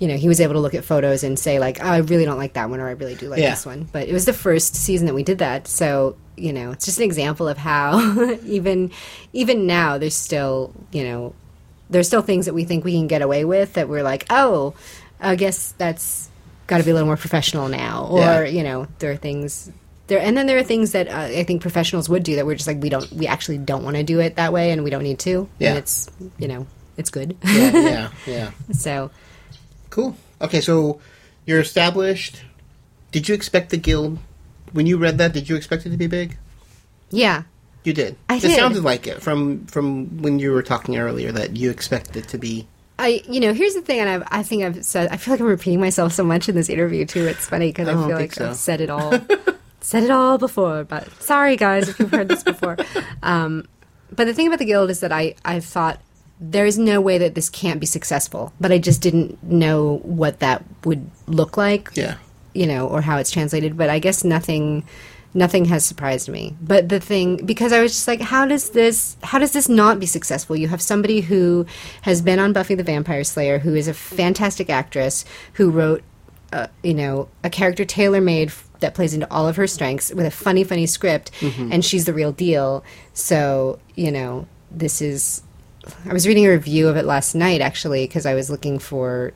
Speaker 10: You know, he was able to look at photos and say like, oh, "I really don't like that one," or "I really do like
Speaker 7: Yeah.
Speaker 10: this one." one, but it was the first season that we did that. So you know, it's just an example of how *laughs* even even now there's still you know there's still things that we think we can get away with that we're like, oh, I guess that's got to be a little more professional now, or
Speaker 7: Yeah.
Speaker 10: you know, there are things there, and then there are things that uh, I think professionals would do that we're just like we don't, we actually don't want to do it that way, and we don't need to.
Speaker 7: Yeah.
Speaker 10: and it's you know, it's good.
Speaker 7: *laughs* yeah, yeah.
Speaker 10: *laughs* so
Speaker 7: Cool. Okay, so you're established. Did you expect the guild when you read that? Did you expect it to be big?
Speaker 10: yeah,
Speaker 7: You did.
Speaker 10: I
Speaker 7: it
Speaker 10: did.
Speaker 7: sounded like it from from when you were talking earlier that you expected it to be.
Speaker 10: I you know here's the thing, and I've, I think I've said I feel like I'm repeating myself so much in this interview too. It's funny because I,
Speaker 7: don't
Speaker 10: feel
Speaker 7: think
Speaker 10: like
Speaker 7: so.
Speaker 10: I've said it
Speaker 7: *laughs*
Speaker 10: all, said it all before. But sorry guys if you've heard this
Speaker 7: *laughs*
Speaker 10: before. Um, but the thing about the guild is that I I've thought there is no way that this can't be successful, but I just didn't know what that would look like.
Speaker 7: Yeah.
Speaker 10: you know, or how it's translated. But I guess nothing. Nothing has surprised me, but the thing because I was just like, how does this how does this not be successful? You have somebody who has been on Buffy the Vampire Slayer, who is a fantastic actress, who wrote uh, you know, a character tailor made f- that plays into all of her strengths with a funny, funny script, and she's the real deal. So, you know, this is. I was reading a review of it last night, actually, because I was looking for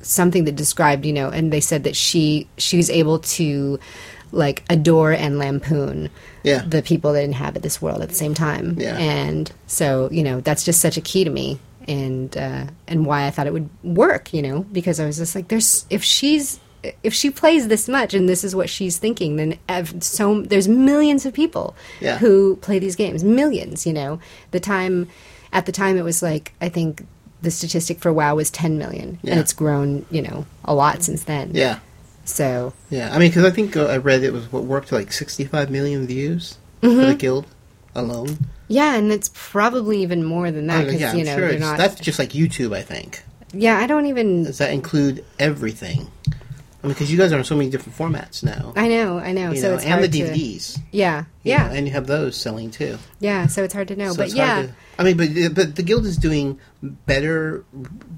Speaker 10: something that described, you know, and they said that she she was able to like adore and lampoon
Speaker 7: Yeah.
Speaker 10: the people that inhabit this world at the same time.
Speaker 7: Yeah.
Speaker 10: And so, you know, that's just such a key to me and uh, and why I thought it would work, you know, because I was just like there's if she's if she plays this much and this is what she's thinking, then ev- so there's millions of people
Speaker 7: Yeah.
Speaker 10: who play these games, millions, you know. The time at the time it was like I think the statistic for WoW was 10 million
Speaker 7: Yeah.
Speaker 10: and it's grown, you know, a lot since then.
Speaker 7: Mm-hmm. Yeah.
Speaker 10: So,
Speaker 7: Yeah. I mean, because I think uh, I read it was what worked to, like 65 million views
Speaker 10: Mm-hmm.
Speaker 7: for the guild alone.
Speaker 10: yeah, and it's probably even more than that
Speaker 7: I
Speaker 10: because
Speaker 7: mean, Oh, yeah, I'm
Speaker 10: you know
Speaker 7: sure.
Speaker 10: they're
Speaker 7: it's-
Speaker 10: not.
Speaker 7: That's just like YouTube, I think.
Speaker 10: yeah, I don't even.
Speaker 7: Does that include everything? I mean, because you guys are on so many different formats now.
Speaker 10: I know, I know.
Speaker 7: you
Speaker 10: so
Speaker 7: know,
Speaker 10: it's
Speaker 7: and the
Speaker 10: hard to-
Speaker 7: DVDs.
Speaker 10: yeah,
Speaker 7: you
Speaker 10: yeah,
Speaker 7: know, and you have those selling too.
Speaker 10: yeah. So it's hard to know,
Speaker 7: So
Speaker 10: but
Speaker 7: it's
Speaker 10: yeah,
Speaker 7: hard to- I mean, but but the guild is doing better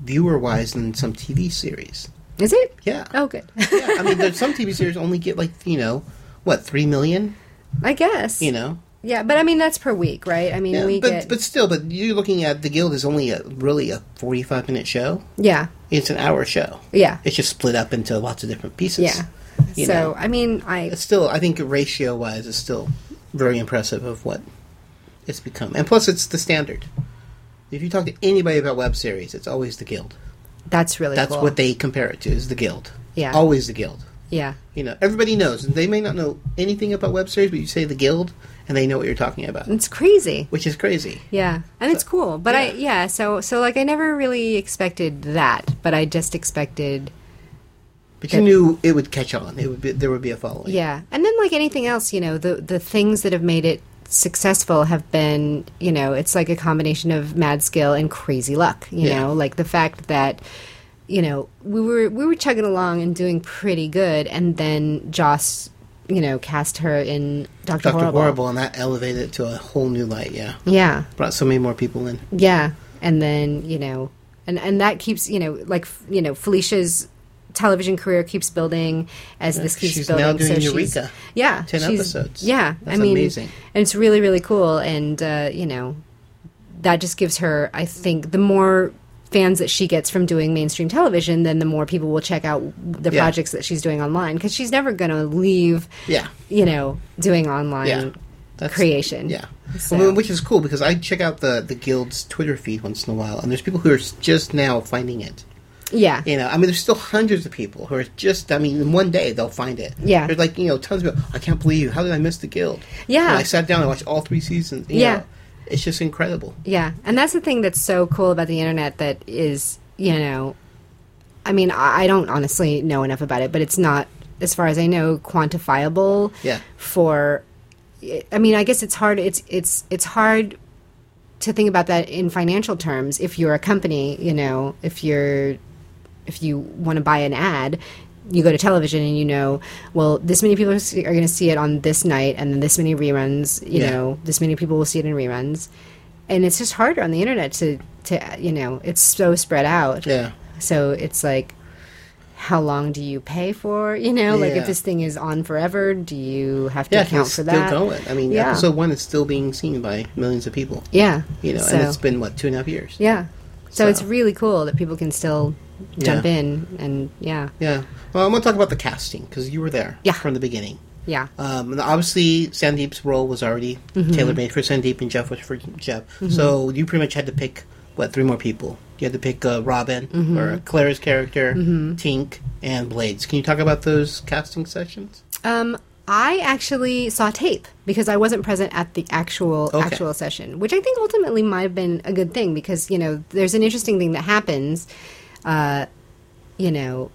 Speaker 7: viewer wise than some
Speaker 10: *laughs*
Speaker 7: TV series.
Speaker 10: is it?
Speaker 7: Yeah.
Speaker 10: Oh, good. *laughs*
Speaker 7: yeah. I mean, there's some TV series only get like you know what three million.
Speaker 10: I guess.
Speaker 7: You know.
Speaker 10: Yeah, but I mean that's per week, right? I mean
Speaker 7: Yeah,
Speaker 10: we
Speaker 7: but
Speaker 10: get.
Speaker 7: but still, but you're looking at the guild is only a really a 45 minute show.
Speaker 10: yeah,
Speaker 7: It's an hour show.
Speaker 10: yeah,
Speaker 7: It's just split up into lots of different pieces.
Speaker 10: yeah.
Speaker 7: you
Speaker 10: So
Speaker 7: know.
Speaker 10: I mean, I
Speaker 7: It's still, I think ratio wise, is still very impressive of what it's become. And plus, it's the standard. If you talk to anybody about web series, it's always the guild.
Speaker 10: that's really
Speaker 7: That's
Speaker 10: cool.
Speaker 7: what they compare it to is the guild.
Speaker 10: Yeah.
Speaker 7: Always the guild.
Speaker 10: yeah,
Speaker 7: You know, everybody knows. They may not know anything about web series, but you say the guild, and they know what you're talking about,
Speaker 10: it's crazy.
Speaker 7: which is crazy.
Speaker 10: Yeah, and it's cool. But I yeah, so so like I never really expected that, but I just expected
Speaker 7: But you knew it would catch on. It would be there would be a following.
Speaker 10: yeah. And then like anything else, you know, the the things that have made it successful have been, you know, it's like a combination of mad skill and crazy luck, you
Speaker 7: Yeah.
Speaker 10: know, like the fact that you know, we were we were chugging along and doing pretty good and then Joss, you know, cast her in Doctor
Speaker 7: Doctor
Speaker 10: Horrible.
Speaker 7: Horrible. and that elevated it to a whole new light. Yeah,
Speaker 10: Yeah.
Speaker 7: brought so many more people in.
Speaker 10: Yeah, and then you know, and and that keeps you know, like f- you know, Felicia's television career keeps building as this keeps
Speaker 7: she's now
Speaker 10: building.
Speaker 7: doing
Speaker 10: so
Speaker 7: Eureka.
Speaker 10: she's, yeah,
Speaker 7: 10
Speaker 10: she's-
Speaker 7: episodes.
Speaker 10: Yeah,
Speaker 7: That's
Speaker 10: I mean,
Speaker 7: amazing.
Speaker 10: and it's really really cool, and uh, you know, that just gives her, I think, the more fans that she gets from doing mainstream television, then the more people will check out the
Speaker 7: Yeah.
Speaker 10: projects that she's doing online because she's never going to leave.
Speaker 7: Yeah.
Speaker 10: you know, doing online.
Speaker 7: Yeah. That's-
Speaker 10: creation.
Speaker 7: Yeah.
Speaker 10: So-
Speaker 7: Well, which is cool because I check out the, the guild's Twitter feed once in a while, and there's people who are s- just now finding it.
Speaker 10: yeah,
Speaker 7: You know, I mean, there's still hundreds of people who are just. I mean, in one day they'll find it.
Speaker 10: Yeah.
Speaker 7: There's like you know tons of people. I can't believe how did I miss the guild?
Speaker 10: Yeah.
Speaker 7: And I sat down and watched all three seasons. you
Speaker 10: Yeah.
Speaker 7: know. it's just incredible.
Speaker 10: Yeah, and that's the thing that's so cool about the internet that is, you know, I mean, I, I don't honestly know enough about it, but it's not, as far as I know, quantifiable.
Speaker 7: Yeah.
Speaker 10: For, I mean, I guess it's hard. It's it's it's hard to think about that in financial terms. If you're a company, you know, if you're if you want to buy an ad, you go to television and you know, well, this many people are going to see it on this night, and then this many reruns. You
Speaker 7: Yeah.
Speaker 10: know, this many people will see it in reruns, and it's just harder on the internet to to you know, it's so spread out.
Speaker 7: Yeah.
Speaker 10: So it's like, how long do you pay for? You know, like
Speaker 7: Yeah.
Speaker 10: if this thing is on forever, do you have to
Speaker 7: Yeah. 'cause
Speaker 10: account
Speaker 7: it's
Speaker 10: for
Speaker 7: still
Speaker 10: that?
Speaker 7: going. I mean,
Speaker 10: yeah,
Speaker 7: episode one is still being seen by millions of people.
Speaker 10: yeah,
Speaker 7: You know,
Speaker 10: so,
Speaker 7: and it's been what two and a half years.
Speaker 10: yeah. So, it's really cool that people can still jump in and yeah,
Speaker 7: Yeah. Well, I'm going to talk about the casting because you were there
Speaker 10: Yeah.
Speaker 7: from the beginning.
Speaker 10: yeah.
Speaker 7: Um, and obviously, Sandeep's role was already tailor made for Sandeep, and Jeff was for Jeff. So you pretty much had to pick what three more people. You had to pick uh, Robin or Clara's character, Tink, and Blades. Can you talk about those casting sessions?
Speaker 10: Um, I actually saw tape because I wasn't present at the actual
Speaker 7: Okay.
Speaker 10: actual session, which I think ultimately might have been a good thing because you know there's an interesting thing that happens, uh, you know,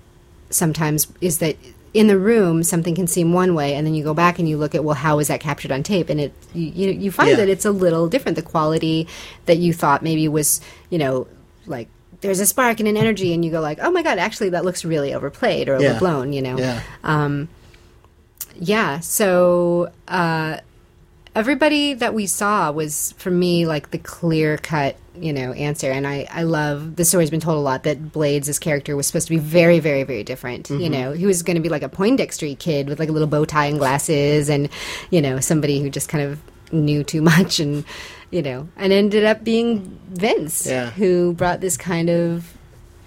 Speaker 10: sometimes is that in the room something can seem one way and then you go back and you look at well how was that captured on tape and it you you, you find
Speaker 7: Yeah.
Speaker 10: that it's a little different the quality that you thought maybe was you know like there's a spark and an energy and you go like oh my god actually that looks really overplayed or
Speaker 7: Yeah.
Speaker 10: overblown you know
Speaker 7: Yeah.
Speaker 10: yeah, so uh, everybody that we saw was for me like the clear cut, you know, answer. And I, I love the story's been told a lot that Blades' his character was supposed to be very, very, very different. You know, he was going to be like a Poindextery kid with like a little bow tie and glasses, and you know, somebody who just kind of knew too much and you know, and ended up being Vince,
Speaker 7: Yeah.
Speaker 10: who brought this kind of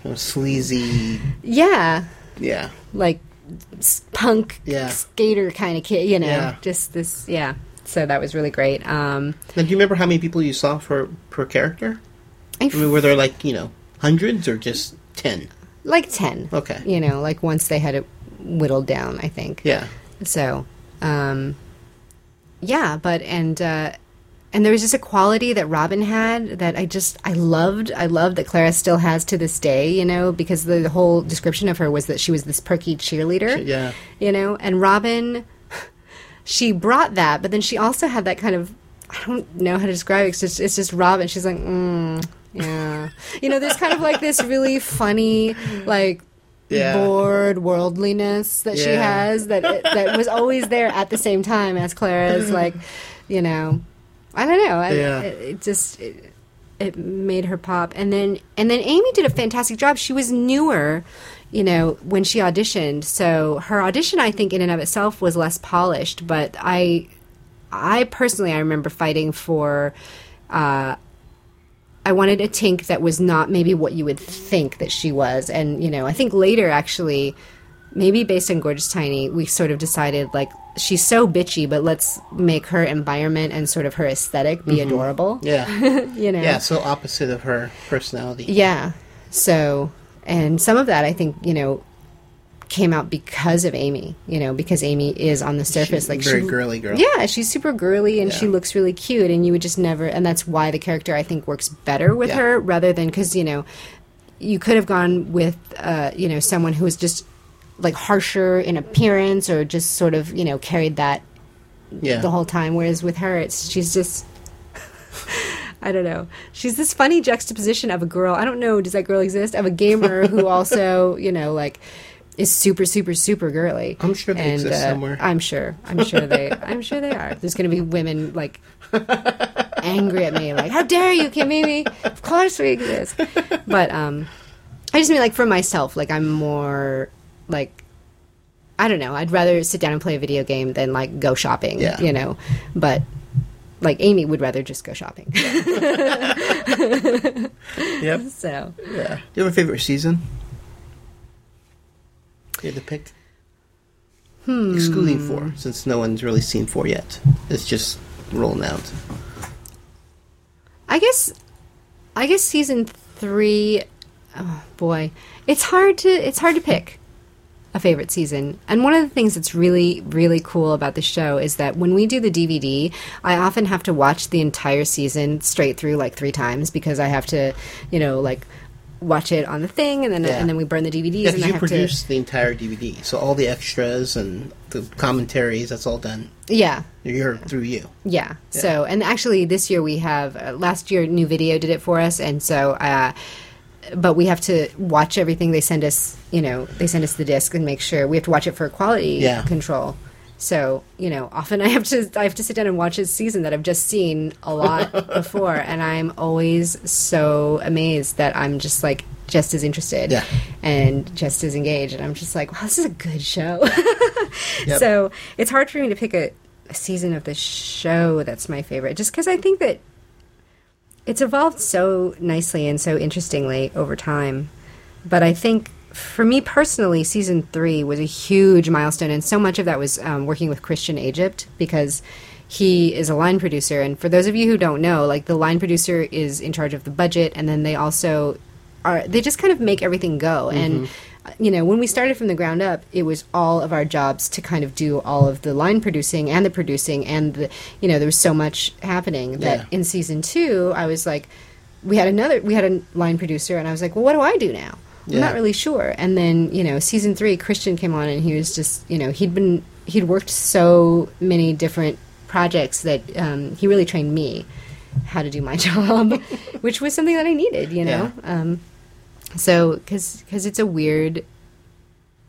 Speaker 7: You know, sleazy.
Speaker 10: yeah,
Speaker 7: Yeah.
Speaker 10: like s- punk
Speaker 7: Yeah.
Speaker 10: skater kind of kid, you know,
Speaker 7: Yeah.
Speaker 10: just this, yeah. So that was really great. Um,
Speaker 7: Now, do you remember how many people you saw for per character?
Speaker 10: I
Speaker 7: I mean,
Speaker 10: f-
Speaker 7: were there like you know hundreds or just ten?
Speaker 10: like ten,
Speaker 7: Okay.
Speaker 10: you know, like once they had it whittled down, I think.
Speaker 7: Yeah.
Speaker 10: So, um, yeah, but and uh, and there was just a quality that Robin had that I just I loved. I loved that Clara still has to this day, you know, because the whole description of her was that she was this perky cheerleader.
Speaker 7: Yeah.
Speaker 10: you know, and Robin, she brought that, but then she also had that kind of I don't know how to describe it. It's just it's just Robin. She's like, mm, yeah, you know, there's kind of like this really funny like.
Speaker 7: Yeah.
Speaker 10: bored worldliness that she
Speaker 7: Yeah.
Speaker 10: has is that that was always there at the same time as Clara's like, you know, I don't know. I,
Speaker 7: Yeah.
Speaker 10: it, it just it, it made her pop, and then and then Amy did a fantastic job. She was newer, you know, when she auditioned. So her audition, I think, in and of itself, was less polished. But I, I personally, I remember fighting for. Uh, I wanted a Tink that was not maybe what you would think that she was. And, you know, I think later, actually, maybe based on Gorgeous Tiny, we sort of decided, like, she's so bitchy, but let's make her environment and sort of her aesthetic be adorable.
Speaker 7: Mm-hmm. Yeah.
Speaker 10: You know?
Speaker 7: yeah. So opposite of her personality.
Speaker 10: Yeah. So, and some of that I think, you know, came out because of Amy, you know, because Amy is on the surface. like,
Speaker 7: very
Speaker 10: she,
Speaker 7: girly girl.
Speaker 10: Yeah, she's super girly and she
Speaker 7: Yeah.
Speaker 10: looks really cute, and you would just never, and that's why the character I think works better with
Speaker 7: Yeah.
Speaker 10: her rather than, because, you know, you could have gone with, uh, you know, someone who was just like harsher in appearance or just sort of, you know, carried that
Speaker 7: Yeah.
Speaker 10: the whole time. Whereas with her, it's she's just. *laughs* I don't know. She's this funny juxtaposition of a girl. I don't know. Does that girl exist? Of a gamer
Speaker 7: *laughs*
Speaker 10: who also, you know, like is super, super, super girly. uh,
Speaker 7: I'm sure they exist somewhere.
Speaker 10: I'm sure. I'm sure
Speaker 7: *laughs*
Speaker 10: they. I'm sure they are. There's going to be women like angry at me, like, "How dare you, Kimimi? Of course we exist." But um, I just mean like for myself, like I'm more like I don't know. I'd rather sit down and play a video game than like go shopping.
Speaker 7: Yeah.
Speaker 10: You know, but like Amy would rather just go shopping. *laughs*
Speaker 7: Yep.
Speaker 10: so
Speaker 7: Yeah. Do you have a favorite season? You had to pick.
Speaker 10: Hmm.
Speaker 7: Excluding four, since no one's really seen four yet. It's just rolling out.
Speaker 10: I guess, I guess season three. Oh boy, it's hard to it's hard to pick a favorite season. And one of the things that's really really cool about the show is that when we do the DVD, I often have to watch the entire season straight through like three times because I have to, you know, like watch it on the thing and then
Speaker 7: Yeah.
Speaker 10: and then we burn the DVDs
Speaker 7: Yeah,
Speaker 10: and
Speaker 7: 'cause
Speaker 10: I
Speaker 7: you
Speaker 10: have
Speaker 7: produce the entire DVD, so all the extras and the commentaries, that's all done.
Speaker 10: to yeah.
Speaker 7: You're through you.
Speaker 10: Yeah. So, and actually, this year we have uh, last year New Video did it for us, and so, uh, but we have to watch everything they send us. You know, they send us the disc and make sure we have to watch it for quality
Speaker 7: Yeah.
Speaker 10: control. So, you know, often I have to I have to sit down and watch a season that I've just seen a lot before, and I'm always so amazed that I'm just like just as interested
Speaker 7: Yeah.
Speaker 10: and just as engaged, and I'm just like, wow, this is a good show. *laughs* So it's hard for me to pick a, a season of the show that's my favorite, just because I think that it's evolved so nicely and so interestingly over time. But I think for me personally, season three was a huge milestone, and so much of that was um, working with Christian Egypt because he is a line producer. And for those of you who don't know, like the line producer is in charge of the budget, and then they also are they just kind of make everything go and you know, when we started from the ground up, it was all of our jobs to kind of do all of the line producing and the producing and the, you know, there was so much happening that
Speaker 7: Yeah.
Speaker 10: in season two, I was like, we had another, we had a line producer, and I was like, well, what do I do now? I'm
Speaker 7: Yeah.
Speaker 10: not really sure. And then, you know, season three, Christian came on, and he was just, you know, he'd been, he'd worked so many different projects that um, he really trained me how to do my *laughs* job, which was something that I needed, you know. Um, so, because it's a weird,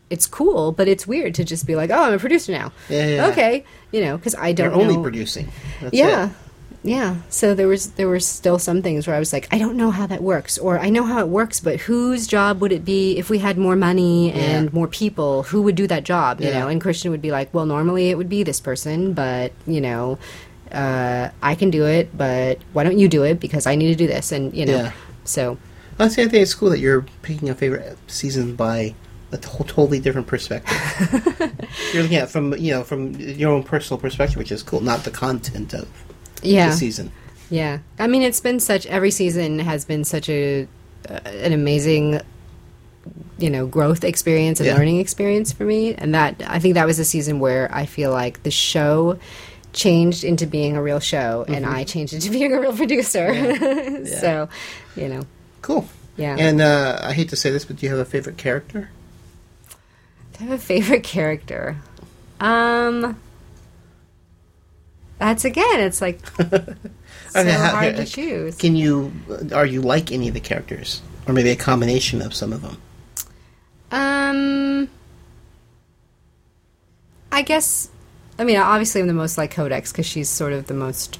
Speaker 10: it's cool, but it's weird to just be like, oh, I'm a producer now.
Speaker 7: Yeah, yeah.
Speaker 10: Okay, you know, because I don't
Speaker 7: You're only
Speaker 10: know-
Speaker 7: producing. That's
Speaker 10: yeah,
Speaker 7: it.
Speaker 10: yeah. So there was there were still some things where I was like, I don't know how that works, or I know how it works, but whose job would it be if we had more money and more people? Who would do that job? You
Speaker 7: Yeah.
Speaker 10: know, and Christian would be like, well, normally it would be this person, but you know. Uh, I can do it, but why don't you do it? Because I need to do this, and you know,
Speaker 7: Yeah.
Speaker 10: so
Speaker 7: Honestly, I think it's cool that you're picking a favorite season by a to- totally different
Speaker 10: *laughs*
Speaker 7: perspective. you're looking at it from you know from your own personal perspective, which is cool, not the content of
Speaker 10: yeah,
Speaker 7: the season.
Speaker 10: Yeah, I mean, it's been such. Every season has been such a uh, an amazing, you know, growth experience and
Speaker 7: Yeah.
Speaker 10: learning experience for me. And that I think that was a season where I feel like the show changed into being a real show, and
Speaker 7: Mm-hmm.
Speaker 10: I changed into *laughs* being a real producer. *laughs* so, you know,
Speaker 7: Cool.
Speaker 10: Yeah.
Speaker 7: And uh, I hate to say this, but do you have a favorite character?
Speaker 10: do I have a favorite character? Um. That's again. It's like so
Speaker 7: *laughs* Okay, how-
Speaker 10: hard to
Speaker 7: here,
Speaker 10: choose.
Speaker 7: Can you? Are you like any of the characters, or maybe a combination of some of them?
Speaker 10: Um, I guess. I mean, obviously, I'm the most like Codex because she's sort of the most.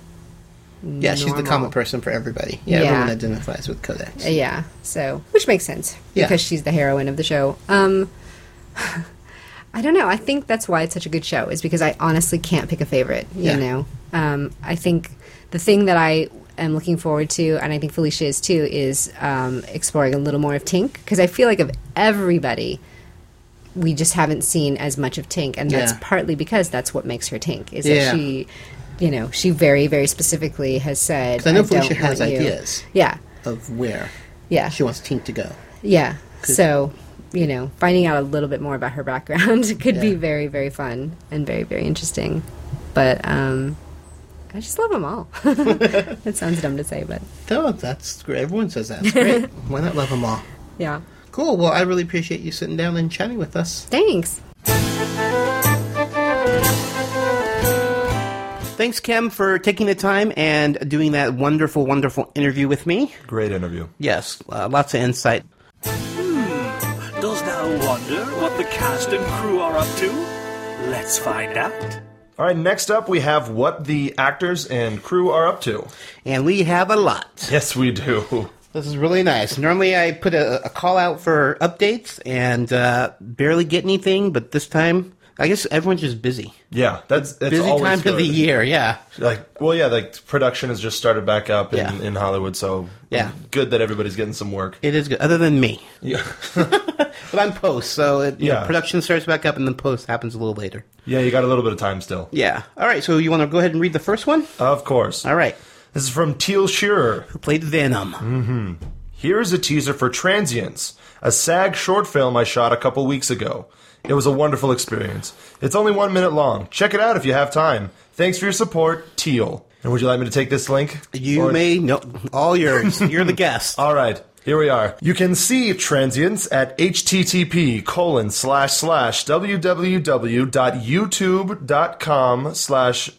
Speaker 7: Yeah, she's the
Speaker 10: normal.
Speaker 7: common person for everybody. Yeah,
Speaker 10: Yeah.
Speaker 7: everyone identifies with Codex.
Speaker 10: Uh, Yeah, so which makes sense
Speaker 7: Yeah.
Speaker 10: because she's the heroine of the show. Um, *laughs* I don't know. I think that's why it's such a good show is because I honestly can't pick a favorite. You
Speaker 7: Yeah.
Speaker 10: know, um, I think the thing that I am looking forward to, and I think Felicia is too, is um, exploring a little more of Tink because I feel like of everybody. We just haven't seen as much of Tink, and that's
Speaker 7: Yeah.
Speaker 10: partly because that's what makes her Tink. Is
Speaker 7: Yeah.
Speaker 10: that she, you know, she very, very specifically has said.
Speaker 7: 'Cause I know
Speaker 10: don't
Speaker 7: Felicia has
Speaker 10: want you."
Speaker 7: ideas.
Speaker 10: Yeah,
Speaker 7: Of where
Speaker 10: yeah.
Speaker 7: she wants Tink to go.
Speaker 10: Yeah. So, you know, finding out a little bit more about her background *laughs* could be very, very fun and very, very interesting. But um, I just love them all. *laughs* it sounds dumb to say, but
Speaker 7: Oh, that's great. Everyone
Speaker 10: *laughs*
Speaker 7: says that. It's great. Why not love them all?
Speaker 10: yeah.
Speaker 7: Cool. Well, I really appreciate you sitting down and chatting with us.
Speaker 10: Thanks.
Speaker 7: Thanks, Kim, for taking the time and doing that wonderful, wonderful interview with me.
Speaker 8: Great interview.
Speaker 7: Yes, uh, lots of insight.
Speaker 9: Does now wonder what the cast and crew are up to? Let's find out.
Speaker 8: All right, next up we have what the actors and crew are up to.
Speaker 7: And we have a lot.
Speaker 8: Yes, we do.
Speaker 7: This is really nice. Normally, I put a, a call out for updates and uh, barely get anything, but this time, I guess everyone's just busy.
Speaker 8: Yeah, that's it's
Speaker 7: busy
Speaker 8: always
Speaker 7: time of
Speaker 8: good.
Speaker 7: the year, yeah.
Speaker 8: Like, well, yeah, like production has just started back up in,
Speaker 7: Yeah.
Speaker 8: in Hollywood, so
Speaker 7: Yeah.
Speaker 8: good that everybody's getting some work.
Speaker 7: It is good, other than me.
Speaker 8: Yeah,
Speaker 7: But I'm post, so it, you know,
Speaker 8: Yeah.
Speaker 7: production starts back up and then post happens a little later.
Speaker 8: *laughs* yeah, you got a little bit of time still.
Speaker 7: Yeah. All right, so you want to go ahead and read the first one?
Speaker 8: Of course.
Speaker 7: All right.
Speaker 8: This is from Teal Shearer.
Speaker 7: Who played Venom?
Speaker 8: Mm-hmm. Here's a teaser for Transients, a SAG short film I shot a couple weeks ago. It was a wonderful experience. It's only one minute long. Check it out if you have time. Thanks for your support, Teal. And would you like me to take this link?
Speaker 7: You
Speaker 8: Or-
Speaker 7: may know all yours. You're
Speaker 8: *laughs*
Speaker 7: the guest.
Speaker 8: All right, here we are. You can see transients at http colon slash slash www.youtube.com slash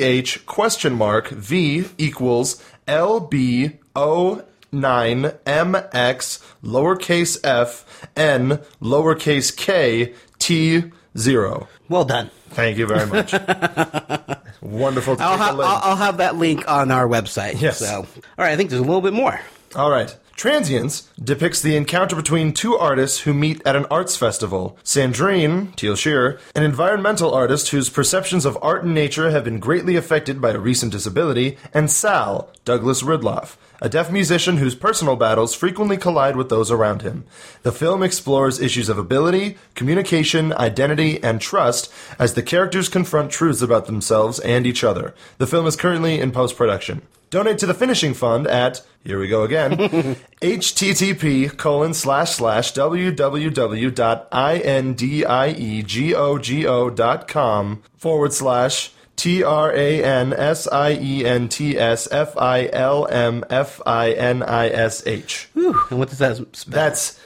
Speaker 8: watch question mark v equals lbo nine mx lowercase f n lowercase k t zero.
Speaker 7: Well done.
Speaker 8: Thank you very *laughs* much. Wonderful. To
Speaker 7: I'll,
Speaker 8: take a
Speaker 7: ha-
Speaker 8: link.
Speaker 7: I'll, I'll have that link on our website.
Speaker 8: Yes.
Speaker 7: So, all right. I think there's a little bit more.
Speaker 8: All right. Transients depicts the encounter between two artists who meet at an arts festival. Sandrine, Teal Shear, an environmental artist whose perceptions of art and nature have been greatly affected by a recent disability, and Sal, Douglas Ridloff, a deaf musician whose personal battles frequently collide with those around him. The film explores issues of ability, communication, identity, and trust as the characters confront truths about themselves and each other. The film is currently in post production. Donate to the finishing fund at here we go again http colon slash slash E www.indiegogo.com forward slash T R A N S I E N T S F I L M F I N I S H.
Speaker 7: Whew, and what does that spell?
Speaker 8: That's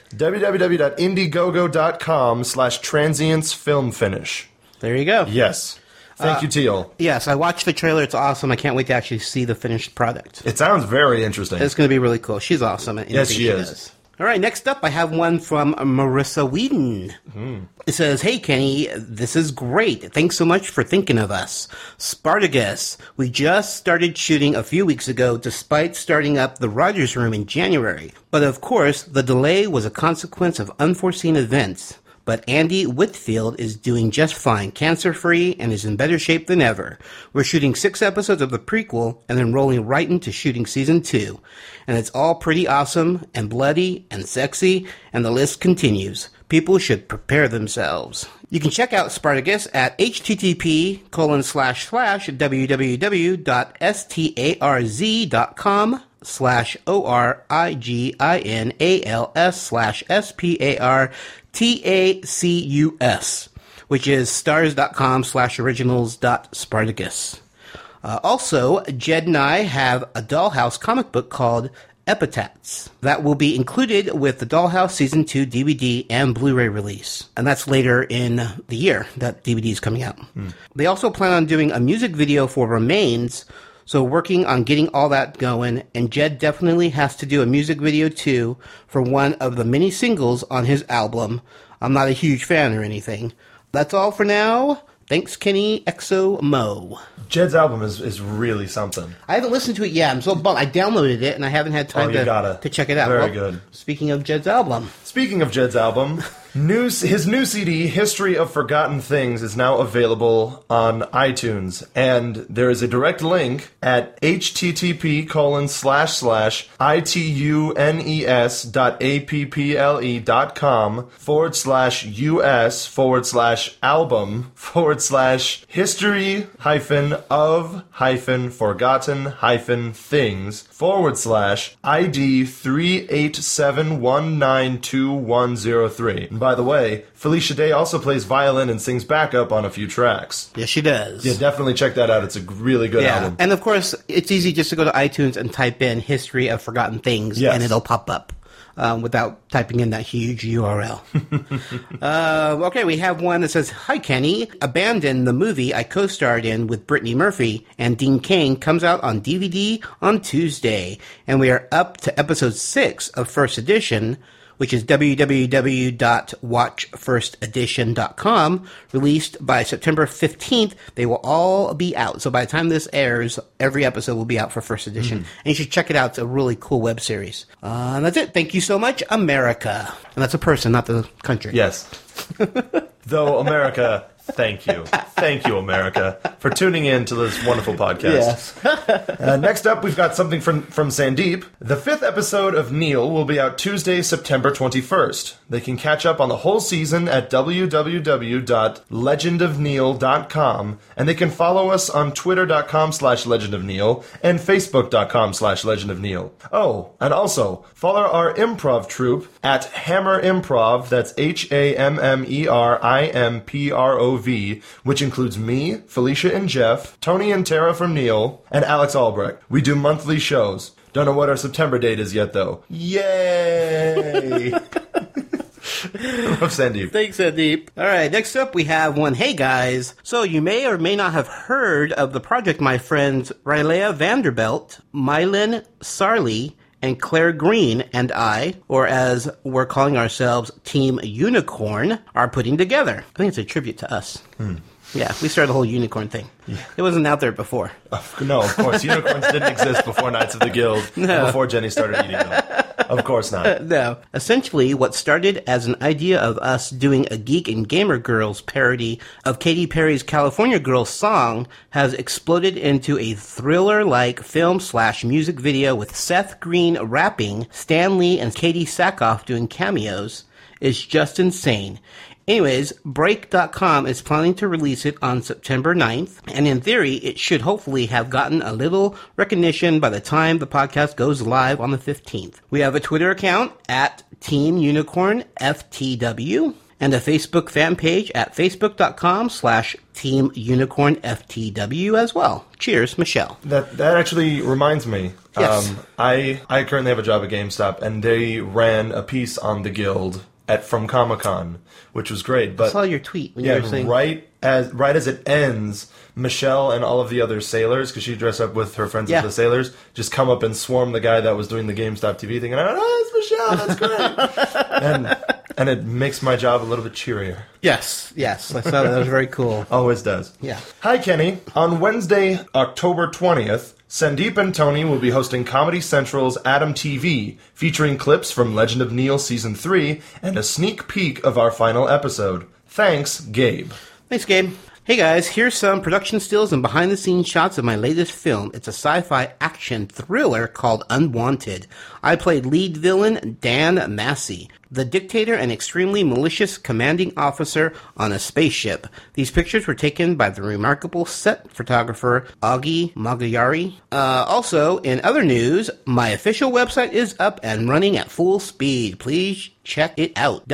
Speaker 8: www.indiegogo.com slash transients film finish.
Speaker 7: there you go.
Speaker 8: Yes. Thank you, Teal.
Speaker 7: Yes, I watched the trailer. It's awesome. I can't wait to actually see the finished product.
Speaker 8: It sounds very interesting.
Speaker 7: It's going to be really cool. She's awesome. At
Speaker 8: Yes,
Speaker 7: anything
Speaker 8: she is.
Speaker 7: does. All right, next up, I have one from Marissa Whedon.
Speaker 8: Hmm.
Speaker 7: It says, Hey, Kenny, this is great. Thanks so much for thinking of us. Spartacus, we just started shooting a few weeks ago despite starting up the Rogers Room in January. But of course, the delay was a consequence of unforeseen events. But Andy Whitfield is doing just fine, cancer free, and is in better shape than ever. We're shooting six episodes of the prequel and then rolling right into shooting season two. And it's all pretty awesome and bloody and sexy, and the list continues. People should prepare themselves. You can check out Spartacus at http colon slash slash www.starz.com slash O R I G I N A L S slash S P A R T A C U S, which is stars.com slash originals dot Spartacus. Uh, also, Jed and I have a Dollhouse comic book called Epitats that will be included with the Dollhouse Season 2 DVD and Blu ray release. And that's later in the year that DVD is coming out. They also plan on doing a music video for Remains, so working on getting all that going. And Jed definitely has to do a music video too for one of the many singles on his album. I'm not a huge fan or anything. That's all for now. Thanks, Kenny XO Mo.
Speaker 8: Jed's album is, is really something.
Speaker 7: I haven't listened to it yet. I'm so bummed. I downloaded it and I haven't had time
Speaker 8: Oh, you
Speaker 7: to,
Speaker 8: gotta.
Speaker 7: to check it out.
Speaker 8: Very good.
Speaker 7: Speaking of Jed's album,
Speaker 8: Speaking of Jed's album, new, his new CD, History of Forgotten Things, is now available on iTunes, and there is a direct link at http colon slash slash itunes E dot apple E dot com forward slash us forward slash album *laughs* forward slash history hyphen of hyphen forgotten hyphen things forward slash ID three eight seven one nine two one zero three. And by the way, Felicia Day also plays violin and sings backup on a few tracks.
Speaker 7: yes, she does.
Speaker 8: Yeah, definitely check that out. It's a g- really good
Speaker 7: Yeah.
Speaker 8: album.
Speaker 7: And of course, it's easy just to go to iTunes and type in "History of Forgotten Things"
Speaker 8: Yes.
Speaker 7: and it'll pop up um, without typing in that huge URL. Uh, okay, we have one that says, Hi, Kenny. Abandon, the movie I co starred in with Brittany Murphy and Dean Kane, comes out on DVD on Tuesday. And we are up to episode six of First Edition, which is www.watchfirstedition.com. Released by September 15th, they will all be out. So by the time this airs, every episode will be out for First Edition. And you should check it out. It's a really cool web series. Uh, and that's it. Thank you so much, America. And that's a person, not the country. *laughs*
Speaker 8: Yes. Though America, thank you, thank you, America, for tuning in to this wonderful podcast. Uh, next up, we've got something from, from Sandeep. The fifth episode of Neil will be out Tuesday, September 21st. They can catch up on the whole season at www.legendofneil.com, and they can follow us on twitter.com slash legendofneil and facebook.com slash legendofneil. Oh, and also, follow our improv troupe at Hammer Improv, that's E H-A-M-M-E-R-I-M-P-R-O-V, which includes me, Felicia and Jeff, Tony and Tara from Neil, and Alex Albrecht. We do monthly shows. Don't know what our September date is yet, though. Yay! *laughs* Love Sandeep.
Speaker 7: Thanks, Sandeep. All right, next up we have one. Hey guys, so you may or may not have heard of the project my friends Rylea Vanderbilt, Mylan Sarley, and Claire Green and I, or as we're calling ourselves Team Unicorn, are putting together. I think it's a tribute to us. Yeah, we started the whole unicorn thing. It wasn't out there before.
Speaker 8: No, of course, unicorns didn't exist before Knights of the Guild, and before Jenny started eating them. Of course not.
Speaker 7: No. Essentially, what started as an idea of us doing a Geek and Gamer Girls parody of Katy Perry's California Girls song has exploded into a thriller like film slash music video with Seth Green rapping, Stan Lee and Katie Sackhoff doing cameos. It's just insane. Anyways, Break.com is planning to release it on September 9th, and in theory, it should hopefully have gotten a little recognition by the time the podcast goes live on the 15th. We have a Twitter account at Team Unicorn FTW and a Facebook fan page at facebook.com slash Team Unicorn FTW as well. Cheers, Michelle.
Speaker 8: That that actually reminds me.
Speaker 7: Yes.
Speaker 8: Um, I I currently have a job at GameStop, and they ran a piece on the Guild at from Comic Con, which was great. But
Speaker 7: I saw your tweet when
Speaker 8: yeah,
Speaker 7: you were saying
Speaker 8: right as right as it ends, Michelle and all of the other sailors, because she dressed up with her friends
Speaker 7: Yeah.
Speaker 8: as the sailors, just come up and swarm the guy that was doing the GameStop TV thing, and I oh, it's Michelle, that's
Speaker 7: *laughs*
Speaker 8: great, and and it makes my job a little bit cheerier.
Speaker 7: Yes, yes. I saw that. That was very cool.
Speaker 8: Always does.
Speaker 7: Yeah.
Speaker 8: Hi, Kenny. On Wednesday, October 20th, Sandeep and Tony will be hosting Comedy Central's Adam TV, featuring clips from Legend of Neil Season 3 and a sneak peek of our final episode. Thanks, Gabe.
Speaker 7: Thanks, Gabe. Hey guys, here's some production stills and behind the scenes shots of my latest film. It's a sci fi action thriller called Unwanted. I played lead villain Dan Massey, the dictator and extremely malicious commanding officer on a spaceship. These pictures were taken by the remarkable set photographer Augie Magayari. Uh, also, in other news, my official website is up and running at full speed. Please check it out.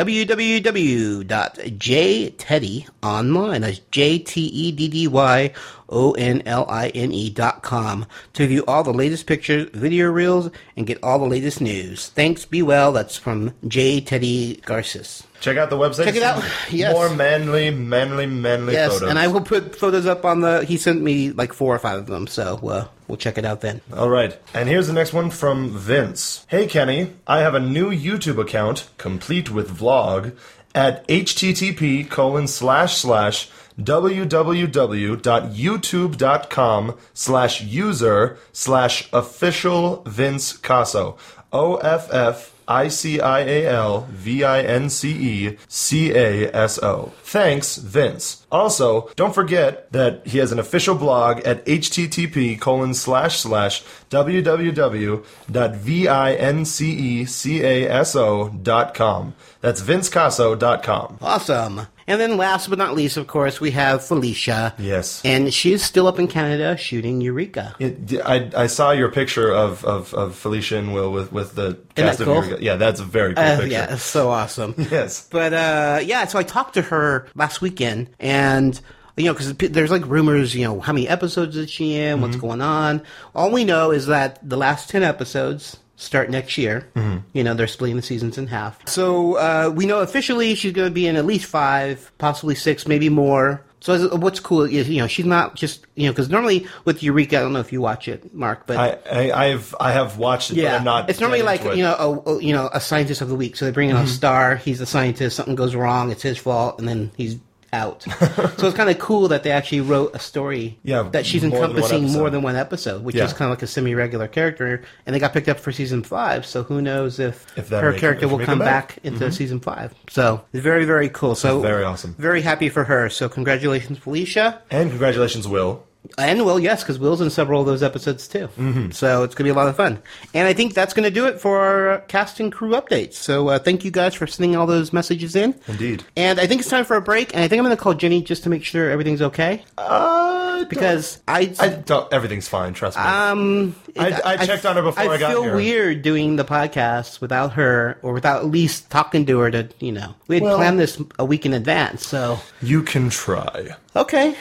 Speaker 7: www.jteddyonline. That's J T E D D Y O N L I N E dot com to view all the latest pictures, video reels, and get all the latest news. Thanks, be well. That's from J. Teddy Garces.
Speaker 8: Check out the website.
Speaker 7: Check it out. Yes.
Speaker 8: More manly, manly, manly
Speaker 7: Yes,
Speaker 8: photos.
Speaker 7: and I will put photos up on the. He sent me like four or five of them, so uh, we'll check it out then.
Speaker 8: All right, and here's the next one from Vince. Hey Kenny, I have a new YouTube account, complete with vlog, at http colon slash slash www.youtube.com slash user slash official Vince Casso. O F F I C I A L V I N C E C A S O. Thanks, Vince. Also, don't forget that he has an official blog at http colon slash slash E www.vincecaso.com. That's vincecaso.com.
Speaker 7: Awesome. And then last but not least, of course, we have Felicia.
Speaker 8: Yes.
Speaker 7: And she's still up in Canada shooting Eureka.
Speaker 8: It, I, I saw your picture of, of, of Felicia and Will with, with the cast
Speaker 7: that
Speaker 8: of
Speaker 7: cool?
Speaker 8: Eureka. Yeah, that's a very cool
Speaker 7: Uh,
Speaker 8: picture.
Speaker 7: yeah, it's so awesome. *laughs*
Speaker 8: Yes.
Speaker 7: But uh, yeah, so I talked to her last weekend, and you know, because there's like rumors, you know, how many episodes is she in? What's
Speaker 8: Mm-hmm.
Speaker 7: going on? All we know is that the last ten episodes start next year.
Speaker 8: Mm-hmm.
Speaker 7: You know, they're splitting the seasons in half. So uh, we know officially she's going to be in at least five, possibly six, maybe more. So is- what's cool is you know she's not just you know because normally with Eureka, I don't know if you watch it, Mark, but
Speaker 8: I, I, I've, I have watched it, but I'm not.
Speaker 7: it's normally
Speaker 8: dead
Speaker 7: like
Speaker 8: into it.
Speaker 7: you know, a, a- you know, a scientist of the week. So they bring in a star. He's the scientist. Something goes wrong. It's his fault, and then he's
Speaker 8: *laughs*
Speaker 7: out. so it's kind of cool that they actually wrote a story
Speaker 8: Yeah,
Speaker 7: that she's
Speaker 8: more than one
Speaker 7: encompassing more
Speaker 8: episode.
Speaker 7: than one episode, which
Speaker 8: Yeah.
Speaker 7: is kind of like a semi-regular character. And they got picked up for season five. So who knows if,
Speaker 8: If that
Speaker 7: her
Speaker 8: make-
Speaker 7: character
Speaker 8: if
Speaker 7: will
Speaker 8: we
Speaker 7: come
Speaker 8: come
Speaker 7: back,
Speaker 8: back.
Speaker 7: into season five. So very very cool. So
Speaker 8: Very awesome.
Speaker 7: Very happy for her. So congratulations, Felicia.
Speaker 8: And congratulations, Will.
Speaker 7: And Will, yes, because Will's in several of those episodes too. Mm-hmm. So it's going to be a lot of fun. And I think that's going to do it for our uh, cast and crew updates. So uh, thank you guys for sending all those messages in.
Speaker 8: Indeed.
Speaker 7: And I think it's time for a break. And I think I'm going to call Jenny just to make sure everything's okay.
Speaker 8: Uh,
Speaker 7: Because I.
Speaker 8: I don't, everything's fine. Trust me.
Speaker 7: um,
Speaker 8: I- I checked on her before I got
Speaker 7: feel
Speaker 8: here.
Speaker 7: weird doing the podcast without her, or without at least talking to her. To you know, we had
Speaker 8: Well-
Speaker 7: planned this a week in advance, so
Speaker 8: you can try.
Speaker 7: okay,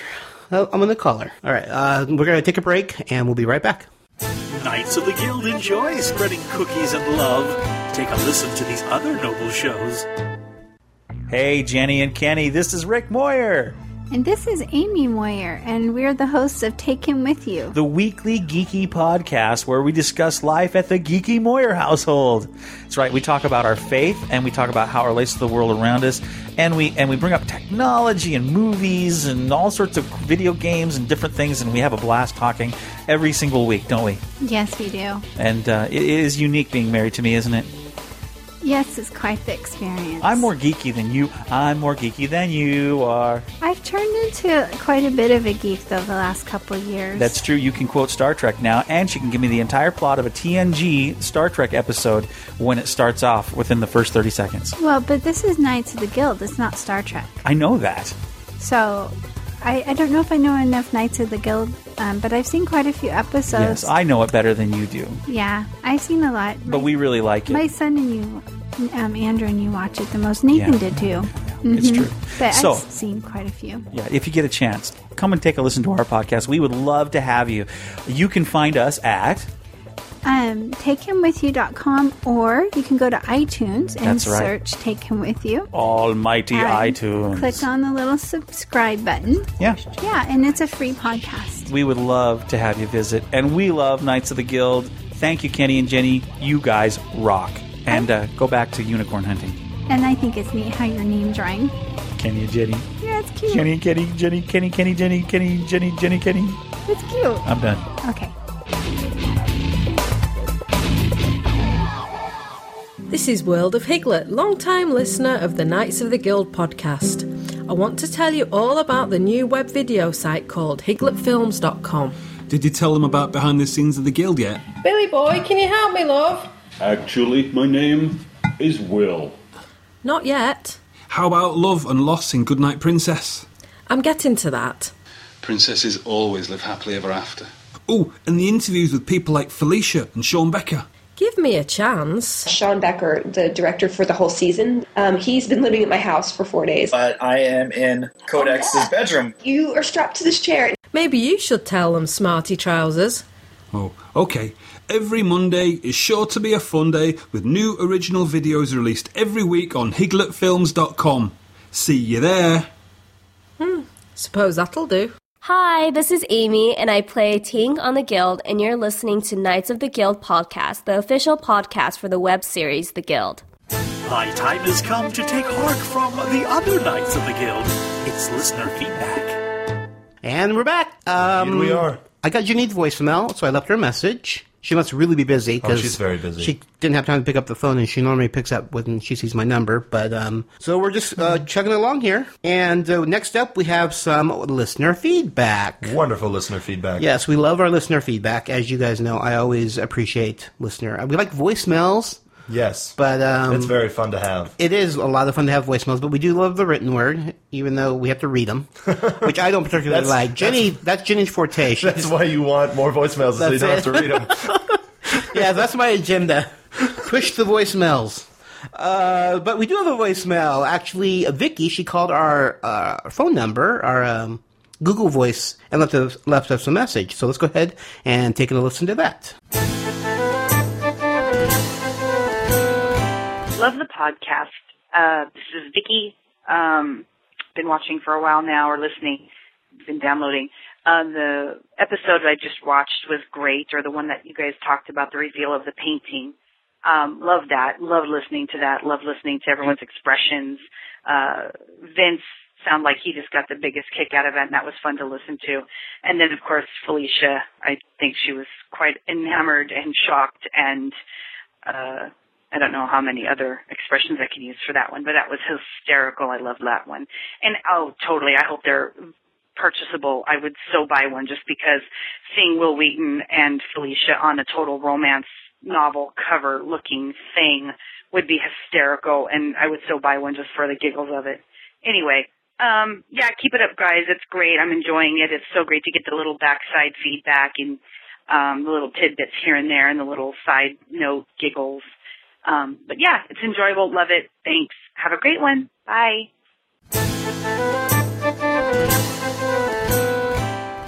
Speaker 7: Uh, I'm gonna call her. All right, uh, we're gonna take a break, and we'll be right back.
Speaker 9: Knights of the Guild enjoy spreading cookies and love. Take a listen to these other noble shows.
Speaker 11: Hey, Jenny and Kenny, this is Rick Moyer. And this is Amy Moyer, and we're the hosts of Take Him With You.
Speaker 12: the weekly geeky podcast where we discuss life at the geeky Moyer household. That's right. We talk about our faith and we talk about how it relates to the world around us, and we and we bring up technology and movies and all sorts of video games and different things, and we have a blast talking every single week, don't we?
Speaker 11: Yes, we do.
Speaker 12: And uh, it is unique being married to me, isn't it?
Speaker 11: Yes, it's quite the experience.
Speaker 12: I'm more geeky than you. I'm more geeky than you are.
Speaker 11: I've turned into quite a bit of a geek, though, the last couple years.
Speaker 12: That's true. You can quote Star Trek now, and she can give me the entire plot of a TNG Star Trek episode when it starts off within the first 30 seconds.
Speaker 11: Well, but this is Knights of the Guild, it's not Star Trek.
Speaker 12: I know that.
Speaker 11: So, I, I don't know if I know enough Knights of the Guild, um, but I've seen quite a few episodes.
Speaker 12: yes, I know it better than you do.
Speaker 11: yeah, I've seen a lot.
Speaker 12: But we really like it.
Speaker 11: My son and you, um, Andrew and you watch it the most. Nathan
Speaker 12: Yeah.
Speaker 11: did too.
Speaker 12: It's
Speaker 11: Mhm.
Speaker 12: true.
Speaker 11: But
Speaker 12: So-
Speaker 11: I've seen quite a few.
Speaker 12: Yeah, if you get a chance, come and take a listen to our podcast. We would love to have you. You can find us at
Speaker 11: Um, takehimwithyou.com or you can go to iTunes and
Speaker 12: That's right.
Speaker 11: search Take Him With You.
Speaker 12: Almighty
Speaker 11: And
Speaker 12: iTunes.
Speaker 11: Click on the little subscribe button.
Speaker 12: Yeah.
Speaker 11: Yeah, and it's a free podcast.
Speaker 12: We would love to have you visit, and we love Knights of the Guild. Thank you, Kenny and Jenny. You guys rock. And uh, go back to unicorn hunting.
Speaker 11: And I think it's neat how you're name drawing.
Speaker 12: Kenny and Jenny.
Speaker 11: Yeah, it's cute.
Speaker 12: Kenny, Kenny, Jenny, Kenny, Kenny, Jenny, Kenny, Jenny, Jenny, Kenny.
Speaker 11: It's cute.
Speaker 12: I'm done.
Speaker 11: Okay.
Speaker 13: This is World of Higlet, long-time listener of the Knights of the Guild podcast. I want to tell you all about the new web video site called higletfilms.com.
Speaker 14: Did you tell them about behind the scenes of the guild yet?
Speaker 13: Billy boy, can you help me, love?
Speaker 14: Actually, my name is Will.
Speaker 13: Not yet.
Speaker 14: How about love and loss in Goodnight Princess?
Speaker 13: I'm getting to that.
Speaker 14: Princesses always live happily ever after. Oh, and the interviews with people like Felicia and Sean Becker.
Speaker 13: Give me a chance.
Speaker 15: Sean Becker, the director for the whole season, um, he's been living at my house for four days.
Speaker 16: But I am in Kodex's bedroom.
Speaker 15: You are strapped to this chair.
Speaker 13: Maybe you should tell them, smarty trousers.
Speaker 14: Oh, okay. Every Monday is sure to be a fun day with new original videos released every week on higletfilms.com. See you there.
Speaker 13: Hmm, suppose that'll do.
Speaker 17: Hi, this is Amy, and I play Tink on the Guild, and you're listening to Knights of the Guild podcast, the official podcast for the web series The Guild.
Speaker 9: My time has come to take heart from the other Knights of the Guild. It's listener feedback.
Speaker 7: And we're back. Um,
Speaker 9: Indeed we are.
Speaker 7: I got Janine's voicemail, so I left her a message. She must really be busy
Speaker 8: Oh,
Speaker 7: because
Speaker 8: she's very busy.
Speaker 7: She didn't have time to pick up the phone, and she normally picks up when she sees my number. But um, so we're just uh, chugging along here. And uh, next up, we have some listener feedback.
Speaker 8: Wonderful listener feedback.
Speaker 7: Yes, we love our listener feedback. As you guys know, I always appreciate listener. uh, We like voicemails.
Speaker 8: Yes.
Speaker 7: But um,
Speaker 8: it's very fun to have.
Speaker 7: It is a lot of fun to have voicemails, but we do love the written word, even though we have to
Speaker 8: *laughs*
Speaker 7: read them, which I don't particularly
Speaker 8: That's-
Speaker 7: like. Jenny, that's, Jenny's forte.
Speaker 8: *laughs*
Speaker 7: She
Speaker 8: That's why you want more voicemails so you
Speaker 7: That's
Speaker 8: don't have
Speaker 7: it.
Speaker 8: to read them.
Speaker 7: *laughs* yeah, that's my agenda. Push the voicemails. Uh, but we do have a voicemail. Actually, Vicky, she called our uh, phone number, our um, Google Voice, and left us, left us a message. So let's go ahead and take a listen to that.
Speaker 18: Love the podcast. Uh, this is Vicky. Um, been watching for a while now, or listening, been downloading. Uh, the episode I just watched was great, or the one that you guys talked about, the reveal of the painting. Um, love that. Love listening to that. Love listening to everyone's expressions. Uh, Vince sounded like he just got the biggest kick out of it, and that was fun to listen to. And then, of course, Felicia. I think she was quite enamored and shocked and. Uh, I don't know how many other expressions I can use for that one, but that was hysterical. I loved that one. And oh, totally. I hope they're purchasable. I would so buy one just because seeing Will Wheaton and Felicia on a total romance novel cover looking thing would be hysterical and I would so buy one just for the giggles of it. Anyway, um yeah, keep it up guys. It's great. I'm enjoying it. It's so great to get the little backside feedback and um the little tidbits here and there and the little side note giggles. Um, but yeah, it's enjoyable. Love it. Thanks. Have a great one. Bye.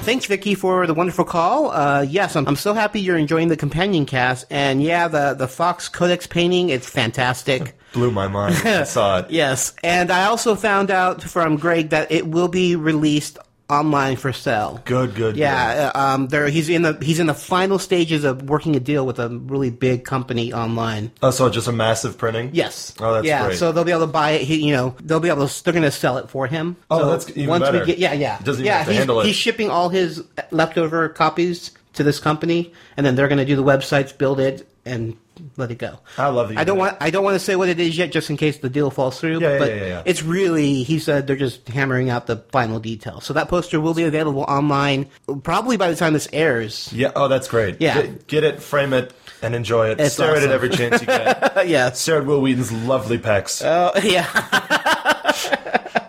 Speaker 7: Thanks, Vicky, for the wonderful call. Uh, yes, I'm, I'm so *laughs* happy you're enjoying the companion cast. And yeah, the, the Fox Codex painting, it's fantastic.
Speaker 8: Blew my mind. I saw it.
Speaker 7: Yes, and I also found out from Greg that it will be released online for sale.
Speaker 8: Good, good.
Speaker 7: Yeah, uh, um, there he's in the he's in the final stages of working a deal with a really big company online.
Speaker 8: Oh, so just a massive printing.
Speaker 7: Yes.
Speaker 8: Oh, that's
Speaker 7: yeah,
Speaker 8: great.
Speaker 7: so they'll be able to buy it. He, you know, they'll be able to. They're going to sell it for him.
Speaker 8: Oh,
Speaker 7: So
Speaker 8: that's even
Speaker 7: once
Speaker 8: better.
Speaker 7: we get yeah yeah
Speaker 8: He doesn't even
Speaker 7: yeah
Speaker 8: have to
Speaker 7: he's,
Speaker 8: handle it.
Speaker 7: he's shipping all his leftover copies to this company, and then they're going to do the websites, build it, and let it go.
Speaker 8: I love the
Speaker 7: I don't want I don't want to say what it is yet, just in case the deal falls through.
Speaker 8: Yeah, yeah,
Speaker 7: but
Speaker 8: yeah, yeah, yeah.
Speaker 7: it's really he said they're just hammering out the final details. So that poster will be available online probably by the time this airs.
Speaker 8: Yeah. Oh, that's great.
Speaker 7: Yeah.
Speaker 8: Get, get it, frame it, and enjoy it.
Speaker 7: It's
Speaker 8: Stare at
Speaker 7: awesome.
Speaker 8: it every chance you
Speaker 7: *laughs*
Speaker 8: get.
Speaker 7: yeah.
Speaker 8: Stare at Will Wheaton's lovely pecs.
Speaker 7: Oh yeah.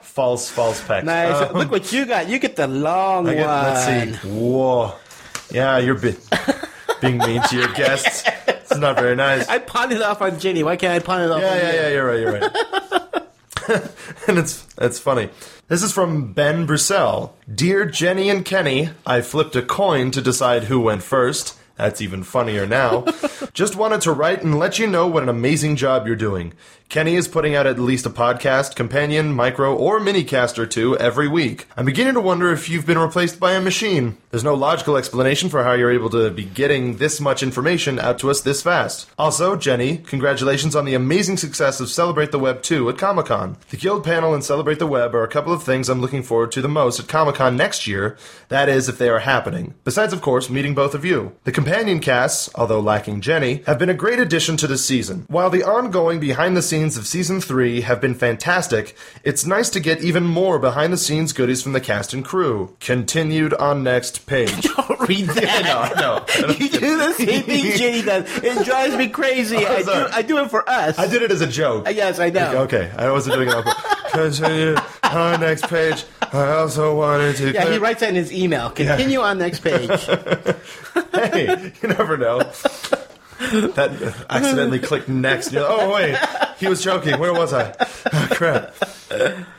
Speaker 8: false, false pecs.
Speaker 7: Nice.
Speaker 8: Um,
Speaker 7: Look what you got. You get the long
Speaker 8: I get-
Speaker 7: one.
Speaker 8: let's see. Whoa. Yeah, you're be- being mean to
Speaker 7: *laughs*
Speaker 8: your guests. It's not very nice.
Speaker 7: I pawned it off on Jenny. Why can't I pawn it off?
Speaker 8: Yeah,
Speaker 7: on
Speaker 8: yeah,
Speaker 7: you?
Speaker 8: yeah. You're right. You're right. *laughs* and it's it's funny. This is from Ben Brussel. Dear Jenny and Kenny, I flipped a coin to decide who went first. That's even funnier
Speaker 7: *laughs*
Speaker 8: now. Just wanted to write and let you know what an amazing job you're doing. Kenny is putting out at least a podcast, companion, micro, or minicast or two every week. I'm beginning to wonder if you've been replaced by a machine. There's no logical explanation for how you're able to be getting this much information out to us this fast. Also, Jenny, congratulations on the amazing success of Celebrate the Web 2 at Comic Con. The Guild panel and Celebrate the Web are a couple of things I'm looking forward to the most at Comic Con next year, that is, if they are happening. Besides, of course, meeting both of you. The companion casts, although lacking Jenny, have been a great addition to this season. While the ongoing behind the scenes of season 3 have been fantastic, it's nice to get even more behind the scenes goodies from the cast and crew. Continued on next
Speaker 7: *laughs*
Speaker 8: page. *laughs*
Speaker 7: Don't read that.
Speaker 8: no, no.
Speaker 7: *laughs* you do the
Speaker 8: *laughs*
Speaker 7: same thing Jenny does. It drives me crazy.
Speaker 8: Oh,
Speaker 7: I, do,
Speaker 8: sorry.
Speaker 7: I do it for us. Uh,
Speaker 8: I did it as a joke.
Speaker 7: yes, I know.
Speaker 8: Okay, I wasn't doing it. on purpose. Continue on next page. I also wanted to.
Speaker 7: Yeah, he writes that in his email. Continue on
Speaker 8: *laughs*
Speaker 7: next page.
Speaker 8: hey, you never know. That accidentally clicked next. You're like, oh wait, he was joking. Where was I? *laughs* Oh, crap.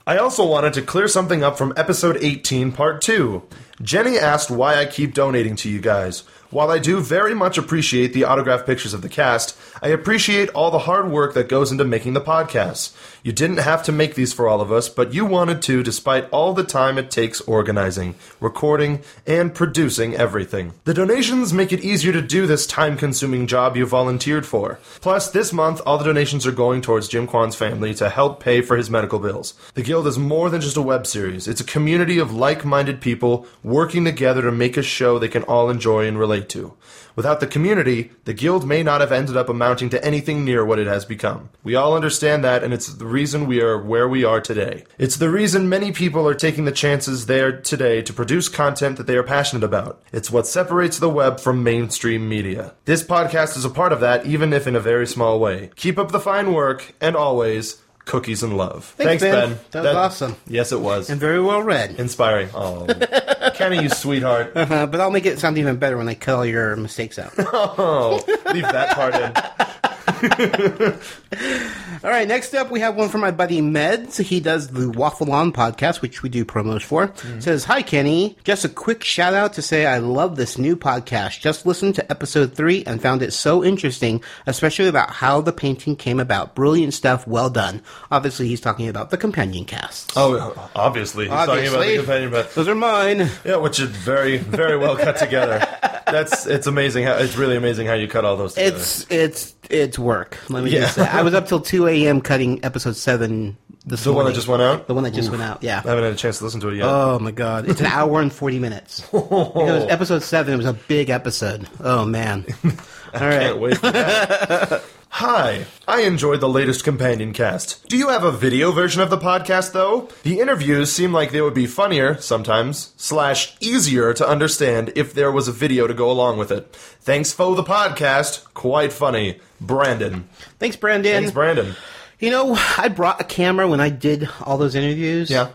Speaker 8: I also wanted to clear something up from episode 18, part two. Jenny asked why I keep donating to you guys. While I do very much appreciate the autograph pictures of the cast, I appreciate all the hard work that goes into making the podcast. You didn't have to make these for all of us, but you wanted to despite all the time it takes organizing, recording, and producing everything. The donations make it easier to do this time consuming job you volunteered for. Plus, this month, all the donations are going towards Jim Kwan's family to help pay for his medical bills. The Guild is more than just a web series, it's a community of like minded people working together to make a show they can all enjoy and relate to. Without the community, the Guild may not have ended up amounting to anything near what it has become. We all understand that, and it's the reason we are where we are today. It's the reason many people are taking the chances they are today to produce content that they are passionate about. It's what separates the web from mainstream media. This podcast is a part of that, even if in a very small way. Keep up the fine work, and always, cookies and love.
Speaker 7: Thanks, Ben. That was awesome.
Speaker 8: Yes, it was.
Speaker 7: And very well read.
Speaker 8: Inspiring.
Speaker 7: *laughs*
Speaker 8: Oh. Kenny, you sweetheart.
Speaker 7: Uh-huh, but I'll make it sound even better when I call your mistakes out.
Speaker 8: oh, leave that part in.
Speaker 7: All right, next up we have one from my buddy Meds. He does the Waffle On podcast, which we do promos for.
Speaker 8: Mm-hmm.
Speaker 7: Says, Hi Kenny. Just a quick shout out to say I love this new podcast. Just listened to episode three and found it so interesting, especially about how the painting came about. Brilliant stuff, well done. Obviously he's talking about the companion cast.
Speaker 8: Oh, obviously. He's talking about
Speaker 7: Obviously.
Speaker 8: the companion path.
Speaker 7: Those are mine.
Speaker 8: Yeah, which is very, very well cut together. That's it's amazing. How, it's really amazing how you cut all those together.
Speaker 7: It's it's it's work. Let me
Speaker 8: Yeah.
Speaker 7: just say. I was up till two AM cutting episode seven this
Speaker 8: the one that
Speaker 7: morning.
Speaker 8: just went out.
Speaker 7: The one that just
Speaker 8: Oof.
Speaker 7: went out, yeah.
Speaker 8: I haven't had a chance to listen to it yet.
Speaker 7: Oh my god, it's an hour and
Speaker 8: *laughs*
Speaker 7: forty minutes. Because episode seven was a big episode.
Speaker 8: *laughs*
Speaker 7: Oh man! All right,
Speaker 8: Can't wait for that. Hi, I enjoyed the latest companion cast. Do you have a video version of the podcast, though? The interviews seem like they would be funnier, sometimes, slash easier to understand if there was a video to go along with it. Thanks for the podcast. Quite funny. Brandon.
Speaker 7: thanks, Brandon.
Speaker 8: Thanks, Brandon.
Speaker 7: You know, I brought a camera when I did all those interviews. Yeah,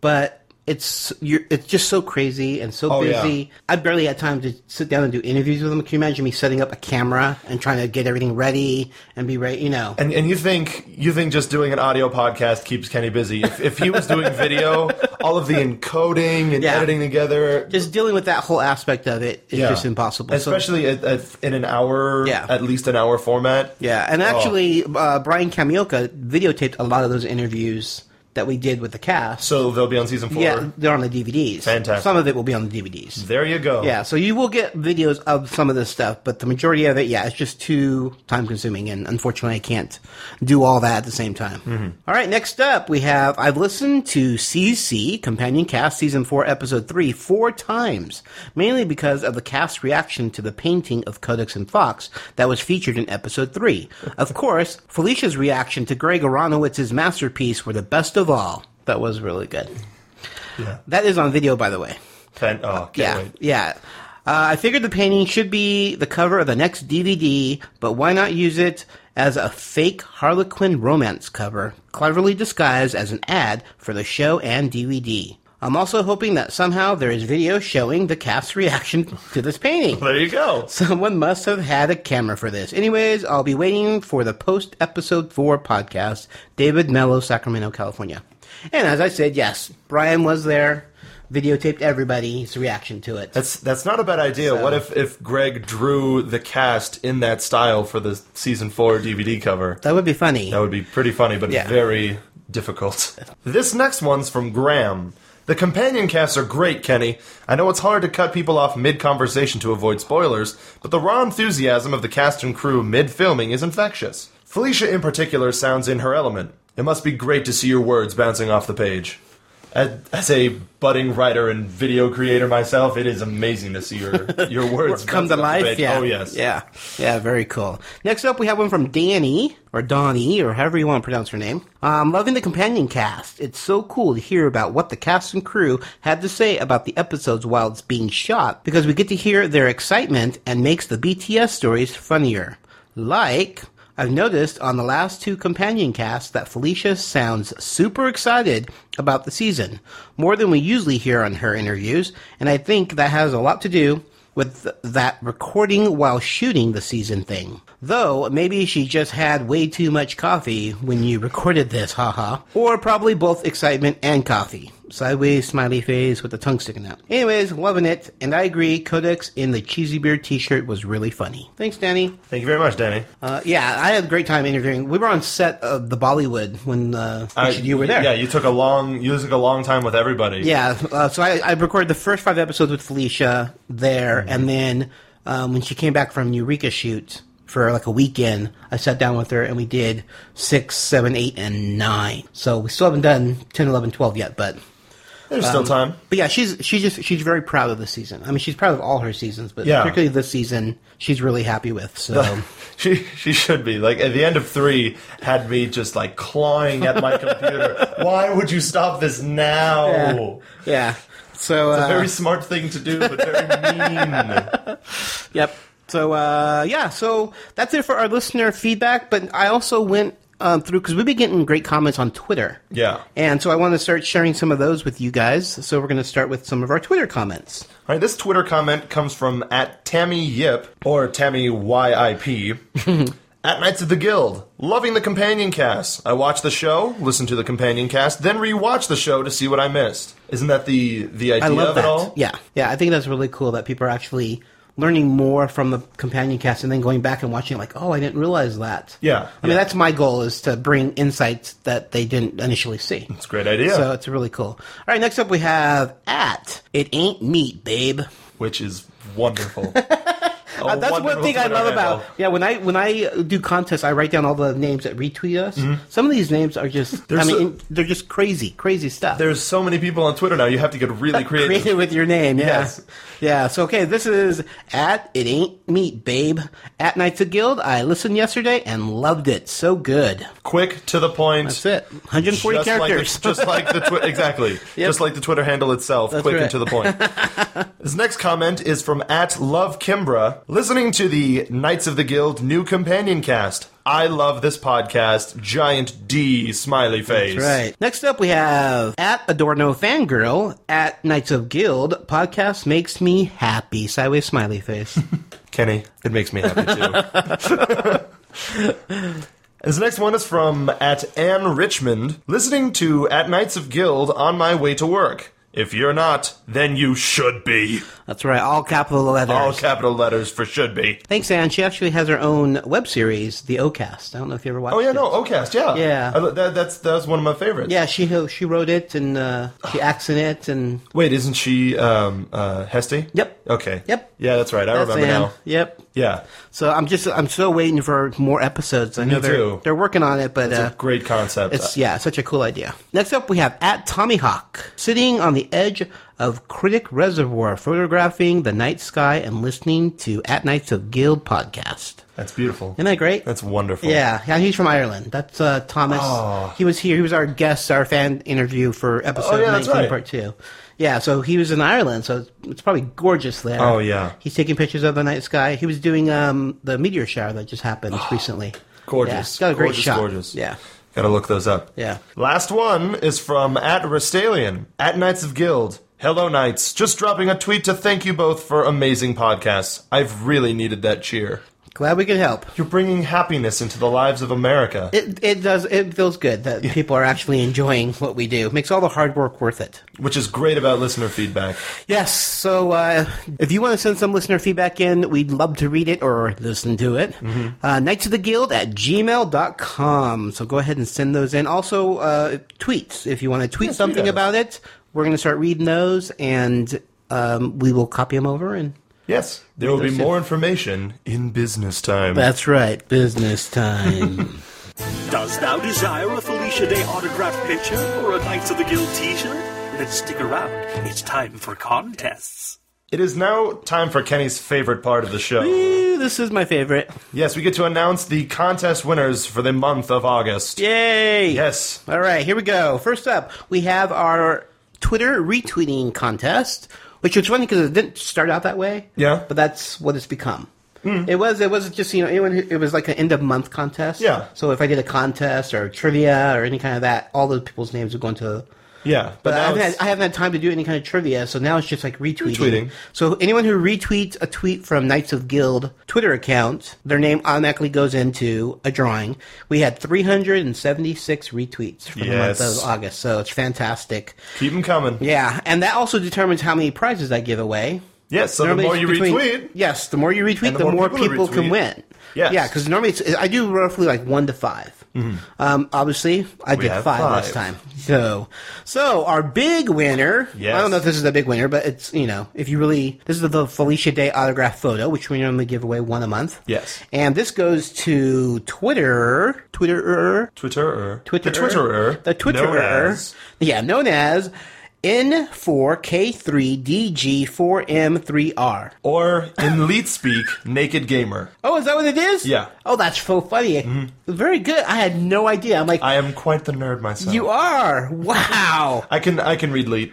Speaker 7: but It's you're, it's just so crazy and so
Speaker 8: Oh, yeah.
Speaker 7: busy. I barely had time to sit down and do interviews with them. Can you imagine me setting up a camera and trying to get everything ready and be ready? You know,
Speaker 8: And, and you think you think just doing an audio podcast keeps Kenny busy? If, if he was doing video, all of the encoding and
Speaker 7: Yeah.
Speaker 8: editing together,
Speaker 7: just dealing with that whole aspect of it is
Speaker 8: Yeah.
Speaker 7: just impossible. So-
Speaker 8: especially at, at, in an hour, at least an hour format.
Speaker 7: Yeah, and
Speaker 8: Oh.
Speaker 7: actually, uh, Brian Kamioka videotaped a lot of those interviews that we did with the cast.
Speaker 8: So they'll be on season four.
Speaker 7: Yeah, they're on the DVDs.
Speaker 8: Fantastic.
Speaker 7: Some of it will be on the DVDs.
Speaker 8: There you go.
Speaker 7: Yeah, so you will get videos of some of this stuff, but the majority of it, yeah, it's just too time consuming, and unfortunately, I can't do all that at the same time.
Speaker 8: Mm-hmm.
Speaker 7: All right, next up we have I've listened to CC Companion Cast Season 4, Episode 3 four times, mainly because of the cast's reaction to the painting of Codex and Fox that was featured in Episode 3.
Speaker 8: *laughs*
Speaker 7: Of course, Felicia's reaction to Greg Aronowitz's masterpiece were the best of all. That was really good. That is on video, by the way.
Speaker 8: oh, can't
Speaker 7: yeah,
Speaker 8: wait.
Speaker 7: yeah. Uh, I figured the painting should be the cover of the next DVD, but why not use it as a fake Harlequin romance cover, cleverly disguised as an ad for the show and DVD? I'm also hoping that somehow there is video showing the cast's reaction *laughs* to this painting.
Speaker 8: There you go.
Speaker 7: Someone must have had a camera for this. Anyways, I'll be waiting for the post episode 4 podcast, David Mello, Sacramento, California. And as I said, yes, Brian was there, videotaped everybody's reaction to it.
Speaker 8: That's that's not a bad idea.
Speaker 7: So-
Speaker 8: What if if Greg drew the cast in that style for the season four DVD cover?
Speaker 7: That would be funny.
Speaker 8: That would be pretty funny, but
Speaker 7: Yeah.
Speaker 8: very difficult. This next one's from Graham. The companion casts are great, Kenny. I know it's hard to cut people off mid conversation to avoid spoilers, but the raw enthusiasm of the cast and crew mid filming is infectious. Felicia, in particular, sounds in her element. It must be great to see your words bouncing off the page. As, as a budding writer and video creator myself, it is amazing to see your
Speaker 7: *laughs*
Speaker 8: your words
Speaker 7: come
Speaker 8: bouncing
Speaker 7: to
Speaker 8: off the
Speaker 7: life.
Speaker 8: page.
Speaker 7: Yeah.
Speaker 8: Oh yes.
Speaker 7: Yeah. Yeah. Very cool. Next up, we have one from Danny or Donnie or however you want to pronounce her name. Um, loving the companion cast. It's so cool to hear about what the cast and crew had to say about the episodes while it's being shot because we get to hear their excitement and makes the BTS stories funnier. Like. I've noticed on the last two companion casts that Felicia sounds super excited about the season, more than we usually hear on her interviews, and I think that has a lot to do with th- that recording while shooting the season thing. Though, maybe she just had way too much coffee when you recorded this, haha. Or probably both excitement and coffee. Sideways smiley face with the tongue sticking out. Anyways, loving it, and I agree, Codex in the Cheesy Beard t shirt was really funny. Thanks, Danny.
Speaker 8: Thank you very much, Danny.
Speaker 7: Uh, yeah, I had a great time interviewing. We were on set of the Bollywood when uh,
Speaker 8: I-
Speaker 7: Richard, you were there.
Speaker 8: Yeah, you took a long you took a long time with everybody.
Speaker 7: Yeah, uh, so I, I recorded the first five episodes with Felicia there,
Speaker 8: Mm-hmm.
Speaker 7: and then um, when she came back from Eureka shoot for like a weekend, I sat down with her and we did six, seven, eight, and nine. So we still haven't done 10, 11, 12 yet, but
Speaker 8: There's still time.
Speaker 7: But yeah, she's she's just she's very proud of the season. I mean, she's proud of all her seasons, but
Speaker 8: Yeah.
Speaker 7: particularly this season, she's really happy with.
Speaker 8: *laughs*
Speaker 7: So
Speaker 8: *laughs* she she should be like at the end of three had me just like clawing at my
Speaker 7: *laughs*
Speaker 8: computer. Why would you stop this now?
Speaker 7: Yeah. yeah. So
Speaker 8: It's
Speaker 7: uh,
Speaker 8: a very smart thing to do, but very
Speaker 7: *laughs*
Speaker 8: mean.
Speaker 7: Yep. So uh, yeah, so that's it for our listener feedback. But I also went um, through because we've been getting great comments on Twitter,
Speaker 8: Yeah.
Speaker 7: and so I want to start sharing some of those with you guys. So we're going to start with some of our Twitter comments.
Speaker 8: All right, this Twitter comment comes from at Tammy Yip or Tammy
Speaker 7: *laughs*
Speaker 8: YIP. At Knights of the Guild, loving the companion cast. I watch the show, listen to the companion cast, then rewatch the show to see what I missed. Isn't that the the idea
Speaker 7: I love
Speaker 8: of
Speaker 7: that.
Speaker 8: it all?
Speaker 7: Yeah, yeah, I think that's really cool that people are actually learning more from the companion cast and then going back and watching like, oh, I didn't realize that.
Speaker 8: Yeah.
Speaker 7: I mean, that's my goal is to bring insights that they didn't initially see. It's a
Speaker 8: great idea.
Speaker 7: So it's really cool. All right, next up we have at it ain't meat, babe.
Speaker 8: Which is wonderful.
Speaker 7: *laughs* Uh, that's one
Speaker 8: wonderful
Speaker 7: thing I
Speaker 8: Twitter
Speaker 7: love about
Speaker 8: handle.
Speaker 7: yeah. When I when I do contests, I write down all the names that retweet us.
Speaker 8: Mhm.
Speaker 7: Some of these names are just I
Speaker 8: There's
Speaker 7: mean
Speaker 8: a-
Speaker 7: in- they're just crazy, crazy stuff.
Speaker 8: There's so many people on Twitter now. You have to get
Speaker 7: *laughs*
Speaker 8: really creative.
Speaker 7: Created with your name, yeah.
Speaker 8: Yes.
Speaker 7: Yeah, so okay, this is at It Ain't Meat, Babe. At Knights of Guild, I listened yesterday and loved it. So good.
Speaker 8: Quick to the point.
Speaker 7: That's it. 140
Speaker 8: Just like the-
Speaker 7: characters.
Speaker 8: just like the twi- exactly. Just like the Twitter handle itself, quick
Speaker 7: *laughs* right.
Speaker 8: and to the point. this next comment is from at Love Kimbra. listening to the Knights of the Guild new companion cast. I love this podcast. Giant D smiley face.
Speaker 7: *laughs* That's right. Next up, we have at Adorno Fangirl at Knights of Guild podcast makes me happy. Sideways
Speaker 8: *laughs*
Speaker 7: smiley face.
Speaker 8: Kenny, it makes me happy
Speaker 7: *laughs*
Speaker 8: This next one is from at Ann Richmond, listening to At Knights of Guild on my way to work. If you're not, then you should be.
Speaker 7: That's right, all capital letters.
Speaker 8: All capital letters for should be.
Speaker 7: Thanks, Anne. She actually has her own web series, The OCast. I don't know if you ever watched.
Speaker 8: Oh yeah,
Speaker 7: it.
Speaker 8: no, Ocast, yeah,
Speaker 7: Yeah.
Speaker 8: I lo- that, that's that's one of my favorites.
Speaker 7: Yeah, she she wrote it and uh, she acts in it and
Speaker 8: Wait, isn't she um, uh, Hesty?
Speaker 7: Yep.
Speaker 8: Okay.
Speaker 7: Yep.
Speaker 8: Yeah, that's right. I
Speaker 7: That's
Speaker 8: remember
Speaker 7: Anne.
Speaker 8: now.
Speaker 7: Yep.
Speaker 8: Yeah.
Speaker 7: So I'm just I'm still waiting for more episodes. I
Speaker 8: Me
Speaker 7: know they're
Speaker 8: too.
Speaker 7: they're working on it, but
Speaker 8: That's
Speaker 7: uh,
Speaker 8: a great concept.
Speaker 7: It's yeah, such a cool idea. Next up, we have at Tommy Hawk sitting on the edge of Critic Reservoir, photographing the night sky and listening to At Nights of Guild podcast.
Speaker 8: That's beautiful.
Speaker 7: Isn't that great?
Speaker 8: That's wonderful.
Speaker 7: Yeah, yeah, he's from Ireland. That's uh, Thomas.
Speaker 8: Oh.
Speaker 7: He was here. He was our guest, our fan interview for episode
Speaker 8: Oh, yeah, that's
Speaker 7: 19,
Speaker 8: right.
Speaker 7: part two. Yeah, so he was in Ireland, so it's, it's probably gorgeous there.
Speaker 8: Oh, yeah.
Speaker 7: he's taking pictures of the night sky. He was doing um, the meteor shower that
Speaker 8: *gasps*
Speaker 7: just happened recently.
Speaker 8: Gorgeous.
Speaker 7: Yeah, got a great
Speaker 8: gorgeous,
Speaker 7: shot.
Speaker 8: gorgeous.
Speaker 7: Yeah.
Speaker 8: Gotta look those up.
Speaker 7: Yeah.
Speaker 8: Last one is from at Restalion, at Knights of Guild. Hello, Knights. Just dropping a tweet to thank you both for amazing podcasts. I've really needed that cheer.
Speaker 7: Glad we could help.
Speaker 8: You're bringing happiness into the lives of America.
Speaker 7: It, it does. It feels good that people are actually enjoying what we do. Makes all the hard work worth it.
Speaker 8: which is great about listener feedback.
Speaker 7: Yes. So uh, if you want to send some listener feedback in, we'd love to read it or listen to it. Uh, Knights of the Guild at gmail.com. So go ahead and send those in. Also, uh, tweets. If you want to tweet
Speaker 8: Yes, tweet
Speaker 7: something
Speaker 8: us.
Speaker 7: about it, we're going to start reading those and um, we will copy them over. And
Speaker 8: Yes, there will be
Speaker 7: Those two.
Speaker 8: more information in business time.
Speaker 7: That's right. Business time.
Speaker 9: Does thou desire a Felicia Day autographed picture or a Knights of the Guild t shirt? Then stick around. It's time for contests.
Speaker 8: It is now time for Kenny's favorite part of the show.
Speaker 7: *laughs* this is my favorite.
Speaker 8: Yes, we get to announce the contest winners for the month of August.
Speaker 7: Yay!
Speaker 8: Yes.
Speaker 7: All right, here we go. First up, we have our Twitter retweeting contest, which was funny because it didn't start out that way.
Speaker 8: Yeah. Hmm.
Speaker 7: but that's what it's become. It was it was just you know anyone who- it was like an end of month contest.
Speaker 8: Yeah.
Speaker 7: So if I did a contest or trivia or any kind of that, all those people's names would go into.
Speaker 8: Yeah,
Speaker 7: But,
Speaker 8: but,
Speaker 7: I,
Speaker 8: now
Speaker 7: haven't had,
Speaker 8: it's-
Speaker 7: I haven't had time to do any kind of trivia, so now it's just like retweeting.
Speaker 8: Retweeting.
Speaker 7: So anyone who retweets a tweet from Knights of Guild Twitter account, their name automatically goes into a drawing. We had 376 retweets for the month
Speaker 8: Yes.
Speaker 7: of August, so it's fantastic.
Speaker 8: keep them coming.
Speaker 7: Yeah, and that also determines how many prizes I give away.
Speaker 8: Yes, so the
Speaker 7: Normally
Speaker 8: more you
Speaker 7: it's between-
Speaker 8: retweet-
Speaker 7: yes, the more you retweet,
Speaker 8: And
Speaker 7: the, more, people,
Speaker 8: retweet.
Speaker 7: can win.
Speaker 8: Yes. Mm-hmm.
Speaker 7: Yeah, because normally it's, I do roughly like one to five. Um, obviously, I
Speaker 8: We
Speaker 7: did
Speaker 8: have
Speaker 7: five,
Speaker 8: five.
Speaker 7: last time. So, so our big winner.
Speaker 8: Yes.
Speaker 7: I don't know if this is the big winner, but it's you know if you really this is the Felicia Day autograph photo, which we normally give away one a month.
Speaker 8: Yes.
Speaker 7: And this goes to Twitter, Twitterer,
Speaker 8: Twitterer.
Speaker 7: Twitter,
Speaker 8: The Twitterer.
Speaker 7: the
Speaker 8: known
Speaker 7: Twitterer,
Speaker 8: as-
Speaker 7: yeah, known as N4K3DG4M3R.
Speaker 8: Or in leet speak, *laughs* naked gamer.
Speaker 7: Oh, is that what it is?
Speaker 8: Yeah. Mm-hmm.
Speaker 7: Oh, that's so funny. Very good. I had no idea. I'm like,
Speaker 8: I am quite the nerd myself.
Speaker 7: you are. Wow.
Speaker 8: I can I can read leet.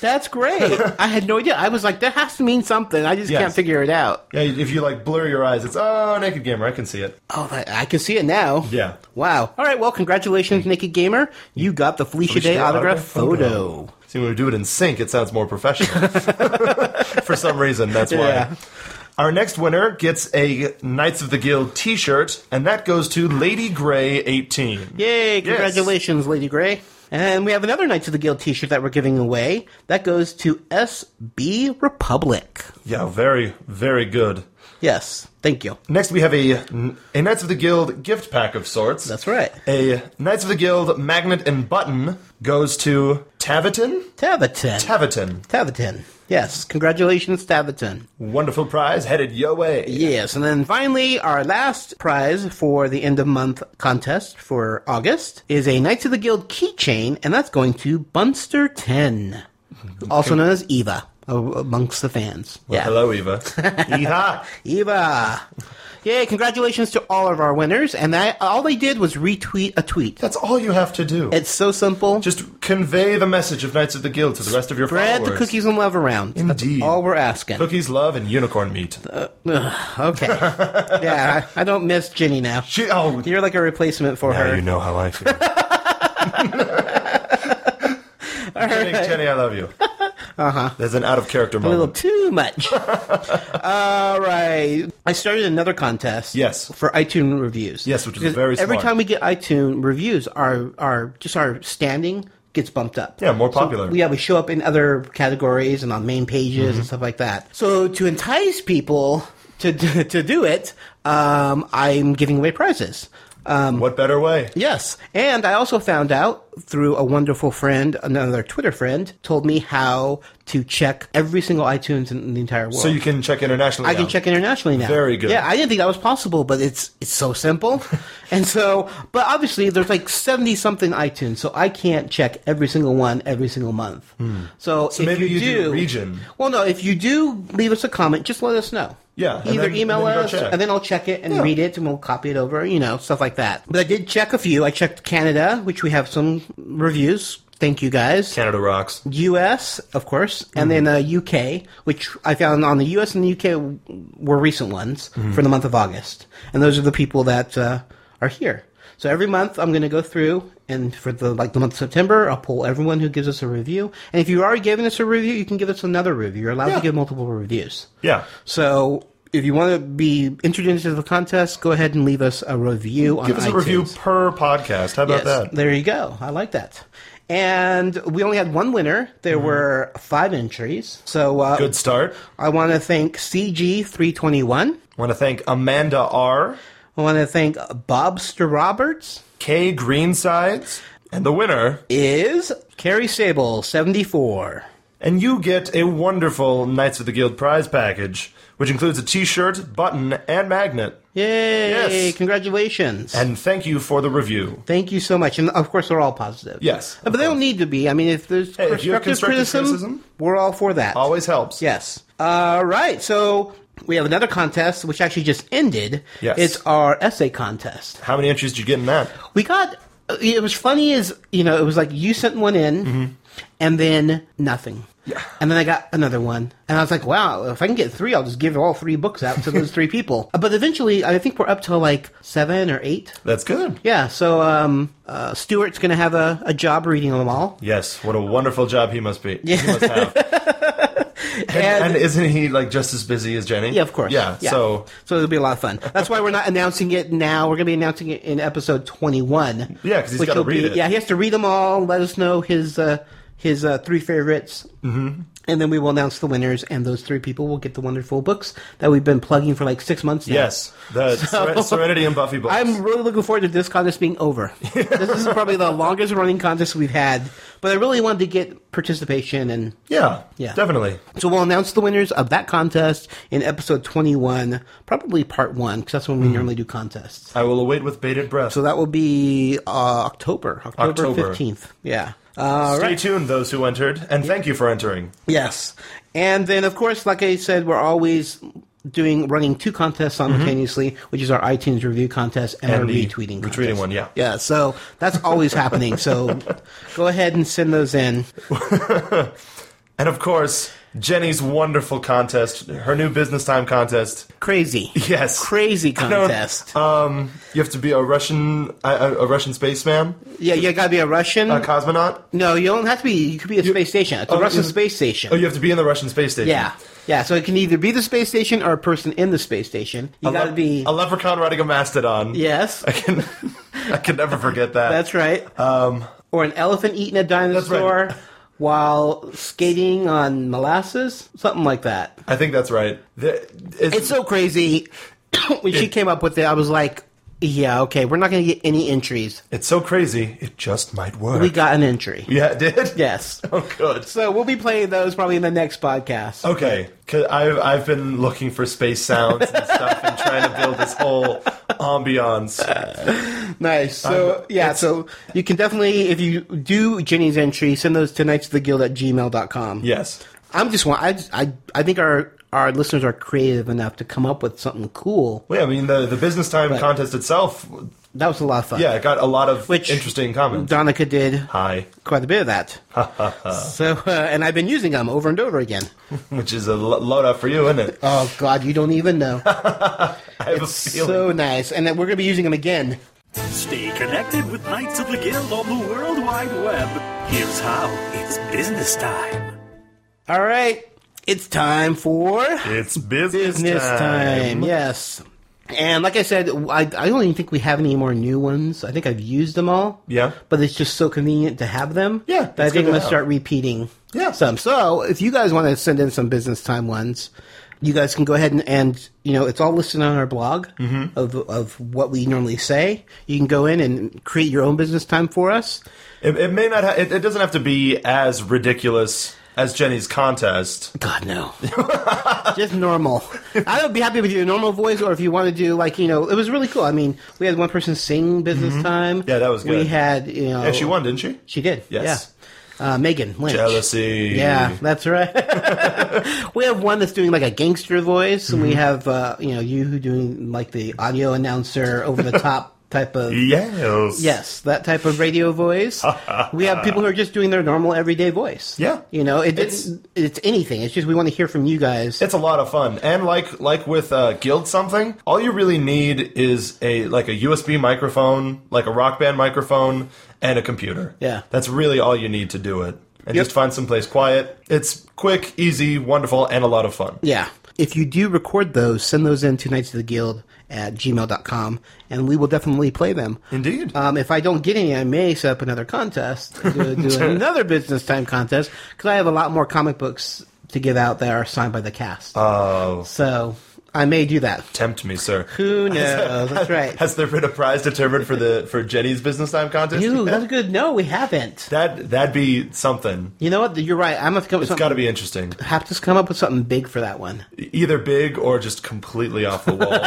Speaker 7: That's great.
Speaker 8: *laughs*
Speaker 7: I had no idea. I was like, that has to mean something. I just
Speaker 8: Yes.
Speaker 7: can't figure it out.
Speaker 8: Yeah, if you like blur your eyes, it's oh naked gamer. I can see it.
Speaker 7: Oh, I, I can see it now.
Speaker 8: Yeah.
Speaker 7: Wow. All right. Well, congratulations, Naked Gamer. You got the Felicia, Day autograph, photo.
Speaker 8: See, when we do it in sync, it sounds more professional. *laughs* For some reason, that's why.
Speaker 7: Yeah.
Speaker 8: Our next winner gets a Knights of the Guild t shirt, and that goes to Lady Grey 18.
Speaker 7: Yay,
Speaker 8: Yes.
Speaker 7: congratulations, Lady Grey. And we have another Knights of the Guild t shirt that we're giving away. That goes to SB Republic.
Speaker 8: Yeah, very, very good.
Speaker 7: Yes, thank you.
Speaker 8: Next, we have a, a Knights of the Guild gift pack of sorts.
Speaker 7: That's right.
Speaker 8: A Knights of the Guild magnet and button goes to Taviton?
Speaker 7: Taviton.
Speaker 8: Taviton.
Speaker 7: Taviton. Yes, congratulations, Taviton.
Speaker 8: Wonderful prize headed your way.
Speaker 7: Yes, and then finally, our last prize for the end of month contest for August is a
Speaker 8: *laughs*
Speaker 7: Knights of the Guild keychain, and that's going to Bunster 10, also known as Eva. a- amongst the fans.
Speaker 8: Well, Hello,
Speaker 7: *laughs*
Speaker 8: Eva.
Speaker 7: Eva. Eva. Yay, congratulations to all of our winners. And that, all they did was retweet a tweet.
Speaker 8: That's all you have to do.
Speaker 7: It's so simple.
Speaker 8: Just convey the message of Knights of the Guild to the rest of your
Speaker 7: Spread the
Speaker 8: followers.
Speaker 7: cookies and love around. Indeed. That's all we're asking.
Speaker 8: Cookies, love, and unicorn meat.
Speaker 7: Ugh,
Speaker 8: *laughs*
Speaker 7: okay. yeah, I, I don't miss Ginny now.
Speaker 8: She, oh,
Speaker 7: You're like a replacement for
Speaker 8: Now
Speaker 7: her.
Speaker 8: you know how I
Speaker 7: *laughs*
Speaker 8: feel. *laughs* Jenny, Jenny, I love you.
Speaker 7: *laughs* Uh huh.
Speaker 8: There's an out of character
Speaker 7: A little
Speaker 8: moment.
Speaker 7: too
Speaker 8: *laughs*
Speaker 7: much. All right. I started another contest.
Speaker 8: Yes.
Speaker 7: For iTunes reviews.
Speaker 8: Yes, which is very
Speaker 7: Every
Speaker 8: smart.
Speaker 7: time we get iTunes reviews, our our just our standing gets bumped up.
Speaker 8: Yeah, more
Speaker 7: So,
Speaker 8: popular.
Speaker 7: yeah, we show up in other categories and on main pages
Speaker 8: Mm-hmm.
Speaker 7: and stuff like that. So to entice people to *laughs* do- to do it, um, I'm giving away prizes. Um,
Speaker 8: what better way?
Speaker 7: Yes, and I also found out through a wonderful friend, another Twitter friend, told me how to check every single iTunes in the entire world.
Speaker 8: So you can check internationally.
Speaker 7: I can
Speaker 8: now.
Speaker 7: check internationally now.
Speaker 8: Very good.
Speaker 7: Yeah, I didn't think that was possible, but it's it's
Speaker 8: *laughs*
Speaker 7: so simple. and so, but obviously there's like 70 something iTunes, so I can't check every single one every single month. So,
Speaker 8: Hmm. So
Speaker 7: if
Speaker 8: maybe
Speaker 7: you,
Speaker 8: you do
Speaker 7: do
Speaker 8: region.
Speaker 7: Well, no, if you do leave us a comment, just let us know.
Speaker 8: Yeah, and
Speaker 7: Either
Speaker 8: then-
Speaker 7: email
Speaker 8: then go
Speaker 7: us,
Speaker 8: check.
Speaker 7: and then I'll check it and
Speaker 8: Yeah.
Speaker 7: read it, and we'll copy it over, you know, stuff like that. But I did check a few. I checked Canada, which we have some reviews. Thank you guys.
Speaker 8: Canada rocks.
Speaker 7: U.S. of course, and
Speaker 8: Mm-hmm.
Speaker 7: then uh, U.K., which I found on the U.S. and the U.K. w- were recent ones
Speaker 8: Mm-hmm.
Speaker 19: Mhm.
Speaker 7: for the month of August, and those are the people that uh, are here. So every month I'm going to go through, and for the like the month of September, I'll poll everyone who gives us a review. And if you're already giving us a review, you can give us another review. You're allowed to give multiple reviews.
Speaker 8: Yeah.
Speaker 7: So if you want to be entered into the contest, go ahead and leave us a review on
Speaker 8: Give us a review
Speaker 7: iTunes.
Speaker 8: per podcast. How about
Speaker 7: Yes,
Speaker 8: that?
Speaker 7: There you go. I like that. And we only had one winner. There were five entries. So uh,
Speaker 8: Mm-hmm. Good start.
Speaker 7: I want to thank CG321.
Speaker 8: Want to thank Amanda R.
Speaker 7: I want to thank Bobster Roberts.
Speaker 8: K Greensides. And the winner
Speaker 7: is Carrie Sable, 74.
Speaker 8: And you get a wonderful Knights of the Guild prize package, which includes a t shirt, button, and magnet.
Speaker 7: Yay!
Speaker 8: Yes.
Speaker 7: Congratulations.
Speaker 8: And thank you for the review.
Speaker 7: Thank you so much. And of course, they're all positive.
Speaker 8: Yes.
Speaker 7: But they don't need to be. I mean, if there's
Speaker 8: if you have
Speaker 7: constructive,
Speaker 8: constructive
Speaker 7: criticism,
Speaker 8: criticism,
Speaker 7: we're all for that.
Speaker 8: Always helps.
Speaker 7: Yes. All right. So we have another contest, which actually just ended.
Speaker 8: Yes.
Speaker 7: It's our essay contest.
Speaker 8: How many entries did you get in that?
Speaker 7: We got. It was funny, is you know, it was like you sent one in,
Speaker 8: Mm-hmm.
Speaker 7: and then nothing. Yeah. And then I got another one, and I was like, "Wow, if I can get three, I'll just give all three books out to those
Speaker 8: *laughs*
Speaker 7: three people." But eventually, I think we're up to like seven or eight.
Speaker 8: That's good.
Speaker 7: Yeah. So um, uh, Stuart's going to have a, a job reading them all.
Speaker 8: Yes. What a wonderful job he must be. He must
Speaker 7: *laughs*
Speaker 8: have. and, and isn't he like just as busy as Jenny?
Speaker 7: Yeah, of course.
Speaker 8: Yeah. So
Speaker 7: so it'll be a lot of fun. That's why we're not announcing it now. We're going to be announcing it in episode twenty-one.
Speaker 8: Yeah, 'cause he's
Speaker 7: which
Speaker 8: gotta
Speaker 7: will
Speaker 8: read
Speaker 7: be-
Speaker 8: it.
Speaker 7: Yeah, he has to read them all. Let us know his uh, his uh, three favorites,
Speaker 8: Mhm.
Speaker 7: and then we will announce the winners. And those three people will get the wonderful books that we've been plugging for like six months. Now.
Speaker 8: yes,
Speaker 7: *laughs*
Speaker 8: the Seren- Serenity and Buffy books.
Speaker 7: I'm really looking forward to this contest
Speaker 8: *laughs*
Speaker 7: being over. this is probably the longest running contest we've had, but I really wanted to get participation and
Speaker 8: yeah.
Speaker 7: yeah.
Speaker 8: Definitely.
Speaker 7: So we'll announce the winners of that contest in episode 21, probably part one, because that's when we
Speaker 8: Mm-hmm.
Speaker 7: normally do contests.
Speaker 8: I will await with bated breath.
Speaker 7: So that will be uh, October, October,
Speaker 8: October.
Speaker 7: 15th. Yeah. All
Speaker 8: Stay
Speaker 7: right.
Speaker 8: tuned, those who entered, and thank you for entering.
Speaker 7: Yes. And then, of course, like I said, we're always doing running two contests simultaneously, which is our iTunes review contest and, our
Speaker 8: Mm-hmm. the
Speaker 7: retweeting contest.
Speaker 8: retweeting one. Yeah.
Speaker 7: Yeah, so that's
Speaker 8: *laughs*
Speaker 7: always happening. So go ahead and send those in.
Speaker 8: And of course, Jenny's wonderful contest, her new business time contest.
Speaker 7: Crazy.
Speaker 8: Yes.
Speaker 7: Crazy
Speaker 8: I know,
Speaker 7: contest.
Speaker 8: Um, you have to be a Russian, a, a a Russian spaceman.
Speaker 7: Yeah, you gotta be a Russian.
Speaker 8: A cosmonaut.
Speaker 7: No, you don't have to be. You could be a space station. It's a
Speaker 8: oh,
Speaker 7: Mm-hmm. Russian
Speaker 8: you-
Speaker 7: space station.
Speaker 8: Oh, you have to be in the Russian space station.
Speaker 7: Yeah. Yeah, so it can either be the space station or a person in the space station. You
Speaker 8: a
Speaker 7: gotta
Speaker 8: le-
Speaker 7: be.
Speaker 8: a leprechaun riding a mastodon.
Speaker 7: Yes.
Speaker 8: I can, *laughs* I can never forget that.
Speaker 7: That's right.
Speaker 8: Um,
Speaker 7: or an elephant eating a dinosaur *laughs* while skating on molasses. Something like that.
Speaker 8: I think that's right. The- it's,
Speaker 7: so crazy. *coughs* when she came up with it, I was like, yeah, okay, we're not gonna get any entries.
Speaker 8: It's so crazy, it just might work.
Speaker 7: We got an *laughs* entry.
Speaker 8: Yeah, it did?
Speaker 7: Yes.
Speaker 8: *laughs* Oh, good.
Speaker 7: So we'll be playing those probably in the next podcast.
Speaker 8: Okay, 'cause I've I've been looking for space sounds
Speaker 7: *laughs*
Speaker 8: and stuff, and trying to build this whole ambiance.
Speaker 7: Nice. So
Speaker 8: I'm-
Speaker 7: yeah, so you can definitely if you do Jenny's entry, send those to knights of the guild at gmail.com.
Speaker 8: Yes.
Speaker 7: I'm just want I just- I I think our our listeners are creative enough to come up with something cool.
Speaker 8: Well, yeah, I mean the the business time
Speaker 7: But-
Speaker 8: contest itself.
Speaker 7: That was a lot of fun.
Speaker 8: Yeah, it got a lot of interesting comments.
Speaker 7: Donica did
Speaker 8: hi
Speaker 7: quite a bit
Speaker 8: *laughs*
Speaker 7: of that. so uh, and I've been using them over and over again.
Speaker 8: Which is a lo- load up for you, isn't
Speaker 7: *laughs*
Speaker 8: it?
Speaker 7: Oh God, you don't even
Speaker 8: *laughs*
Speaker 7: know. it's
Speaker 8: feeling.
Speaker 7: so nice, and then we're gonna be using them again.
Speaker 9: Stay connected with Knights of the Guild on the World Wide Web. Here's how it's business time.
Speaker 7: All right, it's time for
Speaker 8: it's business,
Speaker 7: business time.
Speaker 8: time.
Speaker 7: Yes, and like I said, I, I don't even think we have any more new ones. I think I've used them all.
Speaker 8: Yeah.
Speaker 7: but it's just so convenient to have them. Yeah, that I
Speaker 8: it's good
Speaker 7: think
Speaker 8: to
Speaker 7: I'm gonna
Speaker 8: have.
Speaker 7: start repeating.
Speaker 8: Yeah.
Speaker 7: some. So if you guys want to send in some business time ones. You guys can go ahead and, and you know it's all listed on our blog
Speaker 8: Mm-hmm.
Speaker 7: of of what we normally say. You can go in and create your own business time for us.
Speaker 8: It, it may not. Ha- it, it doesn't have to be as ridiculous as Jenny's contest.
Speaker 7: God
Speaker 8: *laughs*
Speaker 7: no. just normal. I would be happy with your normal voice, or if you want to do like you know, it was really cool. I mean, we had one person sing business
Speaker 8: Mm-hmm.
Speaker 7: time. Yeah, that was We
Speaker 8: good.
Speaker 7: had you know,
Speaker 8: Yeah, she won, didn't she?
Speaker 7: She did.
Speaker 8: Yes.
Speaker 7: Yeah. Uh, Megan Lynch.
Speaker 8: Jealousy.
Speaker 7: Yeah, that's right. *laughs* we have one that's doing like a gangster voice, and we
Speaker 8: Mhm.
Speaker 7: have uh, you know you who doing like the audio announcer over the top
Speaker 8: *laughs*
Speaker 7: type of
Speaker 8: Yes.
Speaker 7: yes that type of radio
Speaker 8: *laughs*
Speaker 7: voice. we have people who are just doing their normal everyday voice.
Speaker 8: Yeah.
Speaker 7: you know it,
Speaker 8: It's-
Speaker 7: it's it's anything. It's just we want to hear from you guys.
Speaker 8: It's a lot of fun, and like like with uh, Guild something, all you really need is a like a USB microphone, like a Rock Band microphone, and a computer.
Speaker 7: Yeah.
Speaker 8: that's really all you need to do it, and
Speaker 7: Yep.
Speaker 8: just find someplace quiet. It's quick, easy, wonderful, and a lot of fun.
Speaker 7: Yeah. If you do record those, send those in to Knights of the Guild at gmail.com, and we will definitely play them.
Speaker 8: Indeed.
Speaker 7: Um, if I don't get any, I may set up another contest, do,
Speaker 8: *laughs*
Speaker 7: do another business time contest, because I have a lot more comic books to give out that are signed by the cast.
Speaker 8: Oh,
Speaker 7: so I may do that.
Speaker 8: Tempt me, sir. *laughs*
Speaker 7: Who knows? That's right.
Speaker 8: Has there been a prize determined for the for Jenny's business time contest? *laughs*
Speaker 7: Ooh, that's good. No, we haven't.
Speaker 8: That that'd be something.
Speaker 7: You know what? You're right. I'm going to come up with
Speaker 8: It's
Speaker 7: something.
Speaker 8: got to be interesting.
Speaker 7: Have to come up with something big for that one.
Speaker 8: Either big or just completely off the
Speaker 7: *laughs*
Speaker 8: wall.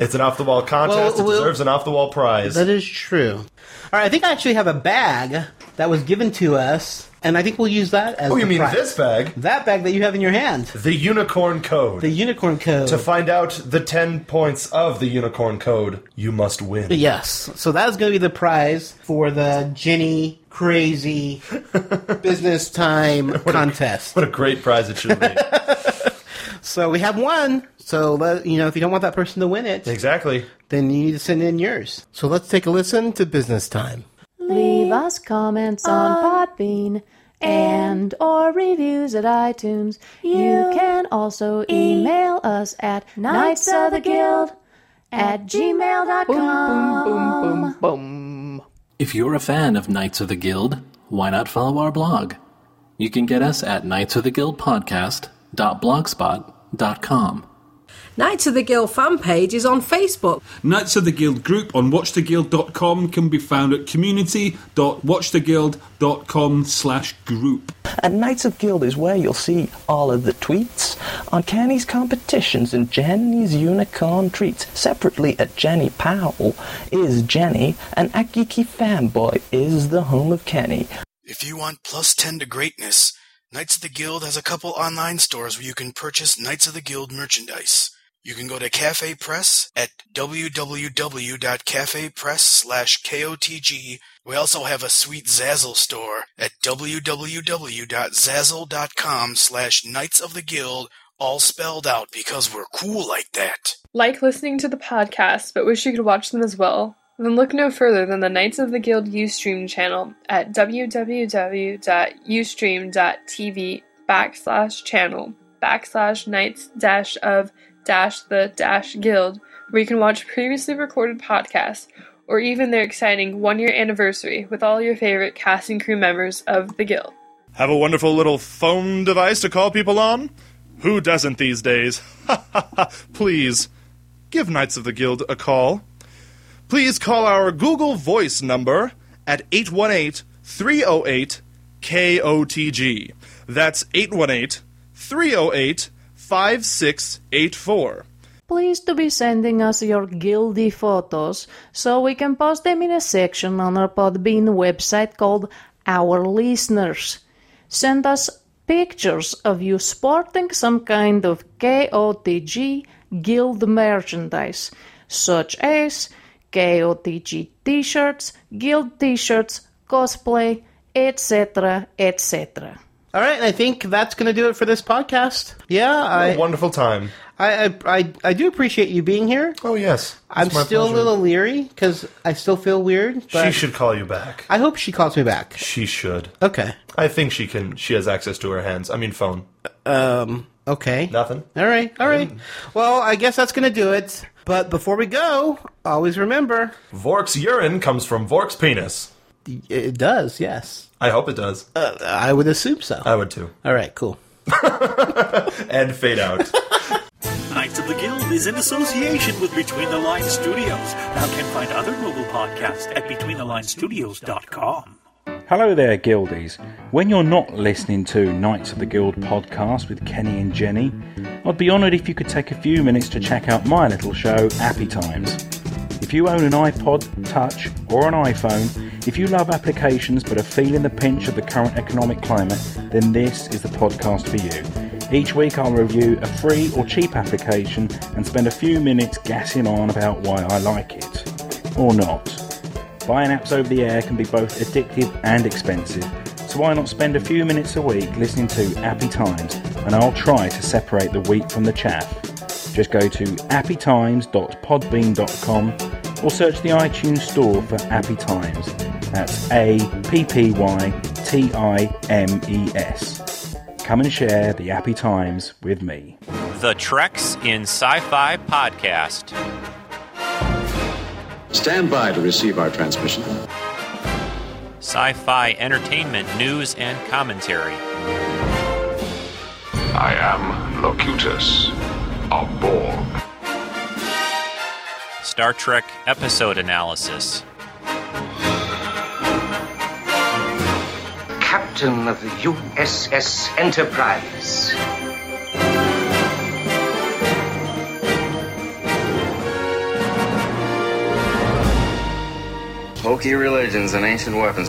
Speaker 8: it's an off the wall contest.
Speaker 7: Well,
Speaker 8: it
Speaker 7: we'll-
Speaker 8: deserves an off the wall prize.
Speaker 7: That is true. All right, I think I actually have a bag that was given to us, and I think we'll use that as.
Speaker 8: Oh, you
Speaker 7: the
Speaker 8: mean
Speaker 7: prize.
Speaker 8: this bag?
Speaker 7: That bag that you have in your hand.
Speaker 8: The unicorn code. The
Speaker 7: unicorn code.
Speaker 8: To find out the ten points of the unicorn code, you must win.
Speaker 7: Yes. So that is going to be the prize for the Jenny
Speaker 8: *laughs*
Speaker 7: Crazy Business Time contest.
Speaker 8: What a great prize it should be.
Speaker 7: So we have one. So let, you know, if you don't want that person to win it,
Speaker 8: exactly,
Speaker 7: then you need to send in yours. So let's take a listen to Business Time.
Speaker 19: Leave us comments
Speaker 11: Um,
Speaker 19: on Podbean and or reviews at iTunes. You can also
Speaker 11: e-
Speaker 19: email us at Knights of the Guild at gmail.com.
Speaker 20: If you're a fan of Knights of the Guild, why not follow our blog? You can get us at Knights of the Guild podcast.blogspot.com.
Speaker 13: Knights of the Guild fan page is on Facebook.
Speaker 14: Knights of the Guild group on watchtheguild.com can be found at community.watchtheguild.com slash group.
Speaker 21: And Knights of Guild is where you'll see all of the tweets, Uncanny's competitions, and Jenny's unicorn treats. Separately at Jenny Powell is Jenny, and at Geeky Fanboy is the home of Kenny.
Speaker 22: If you want plus 10 to greatness, Knights of the Guild has a couple online stores where you can purchase Knights of the Guild merchandise. You can go to Cafe Press at www.cafepress slash KOTG. We also have a sweet Zazzle store at www.zazzle.com slash Knights of the Guild, all spelled out because we're cool like that.
Speaker 23: Like listening to the podcast, but wish you could watch them as well? Then look no further than the Knights of the Guild Ustream channel at www.ustream.tv backslash channel backslash knights dash of dash the dash guild, where you can watch previously recorded podcasts or even their exciting one year anniversary with all your favorite cast and crew members of the guild.
Speaker 24: Have a wonderful little phone device to call people on? Who doesn't these days? *laughs* Please, give Knights of the Guild a call. Please call our Google Voice number at 818 308 KOTG. That's 818 308 5684.
Speaker 19: Please to be sending us your guilty photos so we can post them in a section on our Podbean website called Our Listeners. Send us pictures of you sporting some kind of KOTG guild merchandise, such as KOTG t shirts, guild t shirts, cosplay, etc., etc.
Speaker 7: All right, and I think that's going to do it for this podcast. Yeah, I,
Speaker 8: a wonderful time.
Speaker 7: I, I I I do appreciate you being here.
Speaker 8: Oh yes,
Speaker 7: I'm
Speaker 8: It's my
Speaker 7: still
Speaker 8: pleasure.
Speaker 7: a little leery because I still feel weird. But
Speaker 8: She should call you back.
Speaker 7: I hope she calls me back.
Speaker 8: She should.
Speaker 7: Okay.
Speaker 8: I think she can. She has access to her hands. I mean, phone.
Speaker 7: Um. Okay.
Speaker 8: Nothing.
Speaker 7: All right, all
Speaker 8: Mm.
Speaker 7: right. Well, I guess that's going to do it. But before we go, always remember
Speaker 8: Vork's urine comes from Vork's penis.
Speaker 7: it does. Yes,
Speaker 8: I hope it does.
Speaker 7: Uh, I would assume so.
Speaker 8: I would too.
Speaker 7: All right, cool.
Speaker 8: and fade out.
Speaker 9: Knights of the Guild is in association with Between the Lines Studios. Now can find other mobile podcasts at BetweenTheLineStudios.com.
Speaker 1: Hello there, Guildies. When you're not listening to Knights of the Guild podcast with Kenny and Jenny, I'd be honoured if you could take a few minutes to check out my little show, Appy Times. If you own an iPod Touch or an iPhone, if you love applications but are feeling the pinch of the current economic climate, then this is the podcast for you. Each week I'll review a free or cheap application and spend a few minutes gassing on about why I like it. Or not. Buying apps over the air can be both addictive and expensive, so why not spend a few minutes a week listening to Appy Times and I'll try to separate the wheat from the chaff. Just go to appytimes.podbean.com or search the iTunes store for Appy Times. That's A P P Y T I M E S. Come and share the Appy Times with me.
Speaker 2: The Treks in Sci Fi Podcast.
Speaker 4: Stand by to receive our transmission.
Speaker 2: Sci fi entertainment news and commentary.
Speaker 5: I am Locutus of Borg.
Speaker 2: Star Trek episode analysis.
Speaker 25: captain of the USS Enterprise.
Speaker 26: Hokey religions and ancient weapons.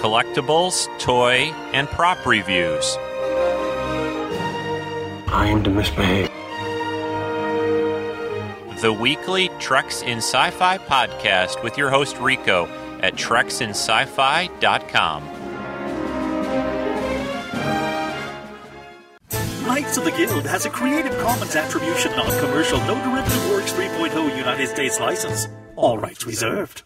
Speaker 2: Collectibles, toy, and prop reviews.
Speaker 26: I am to misbehave.
Speaker 2: The weekly Treks in Sci Fi podcast with your host Rico at treksinscifi.com.
Speaker 9: Knights of the Guild has a Creative Commons Attribution Non Commercial No Derivative Works 3.0 United States license. All rights reserved.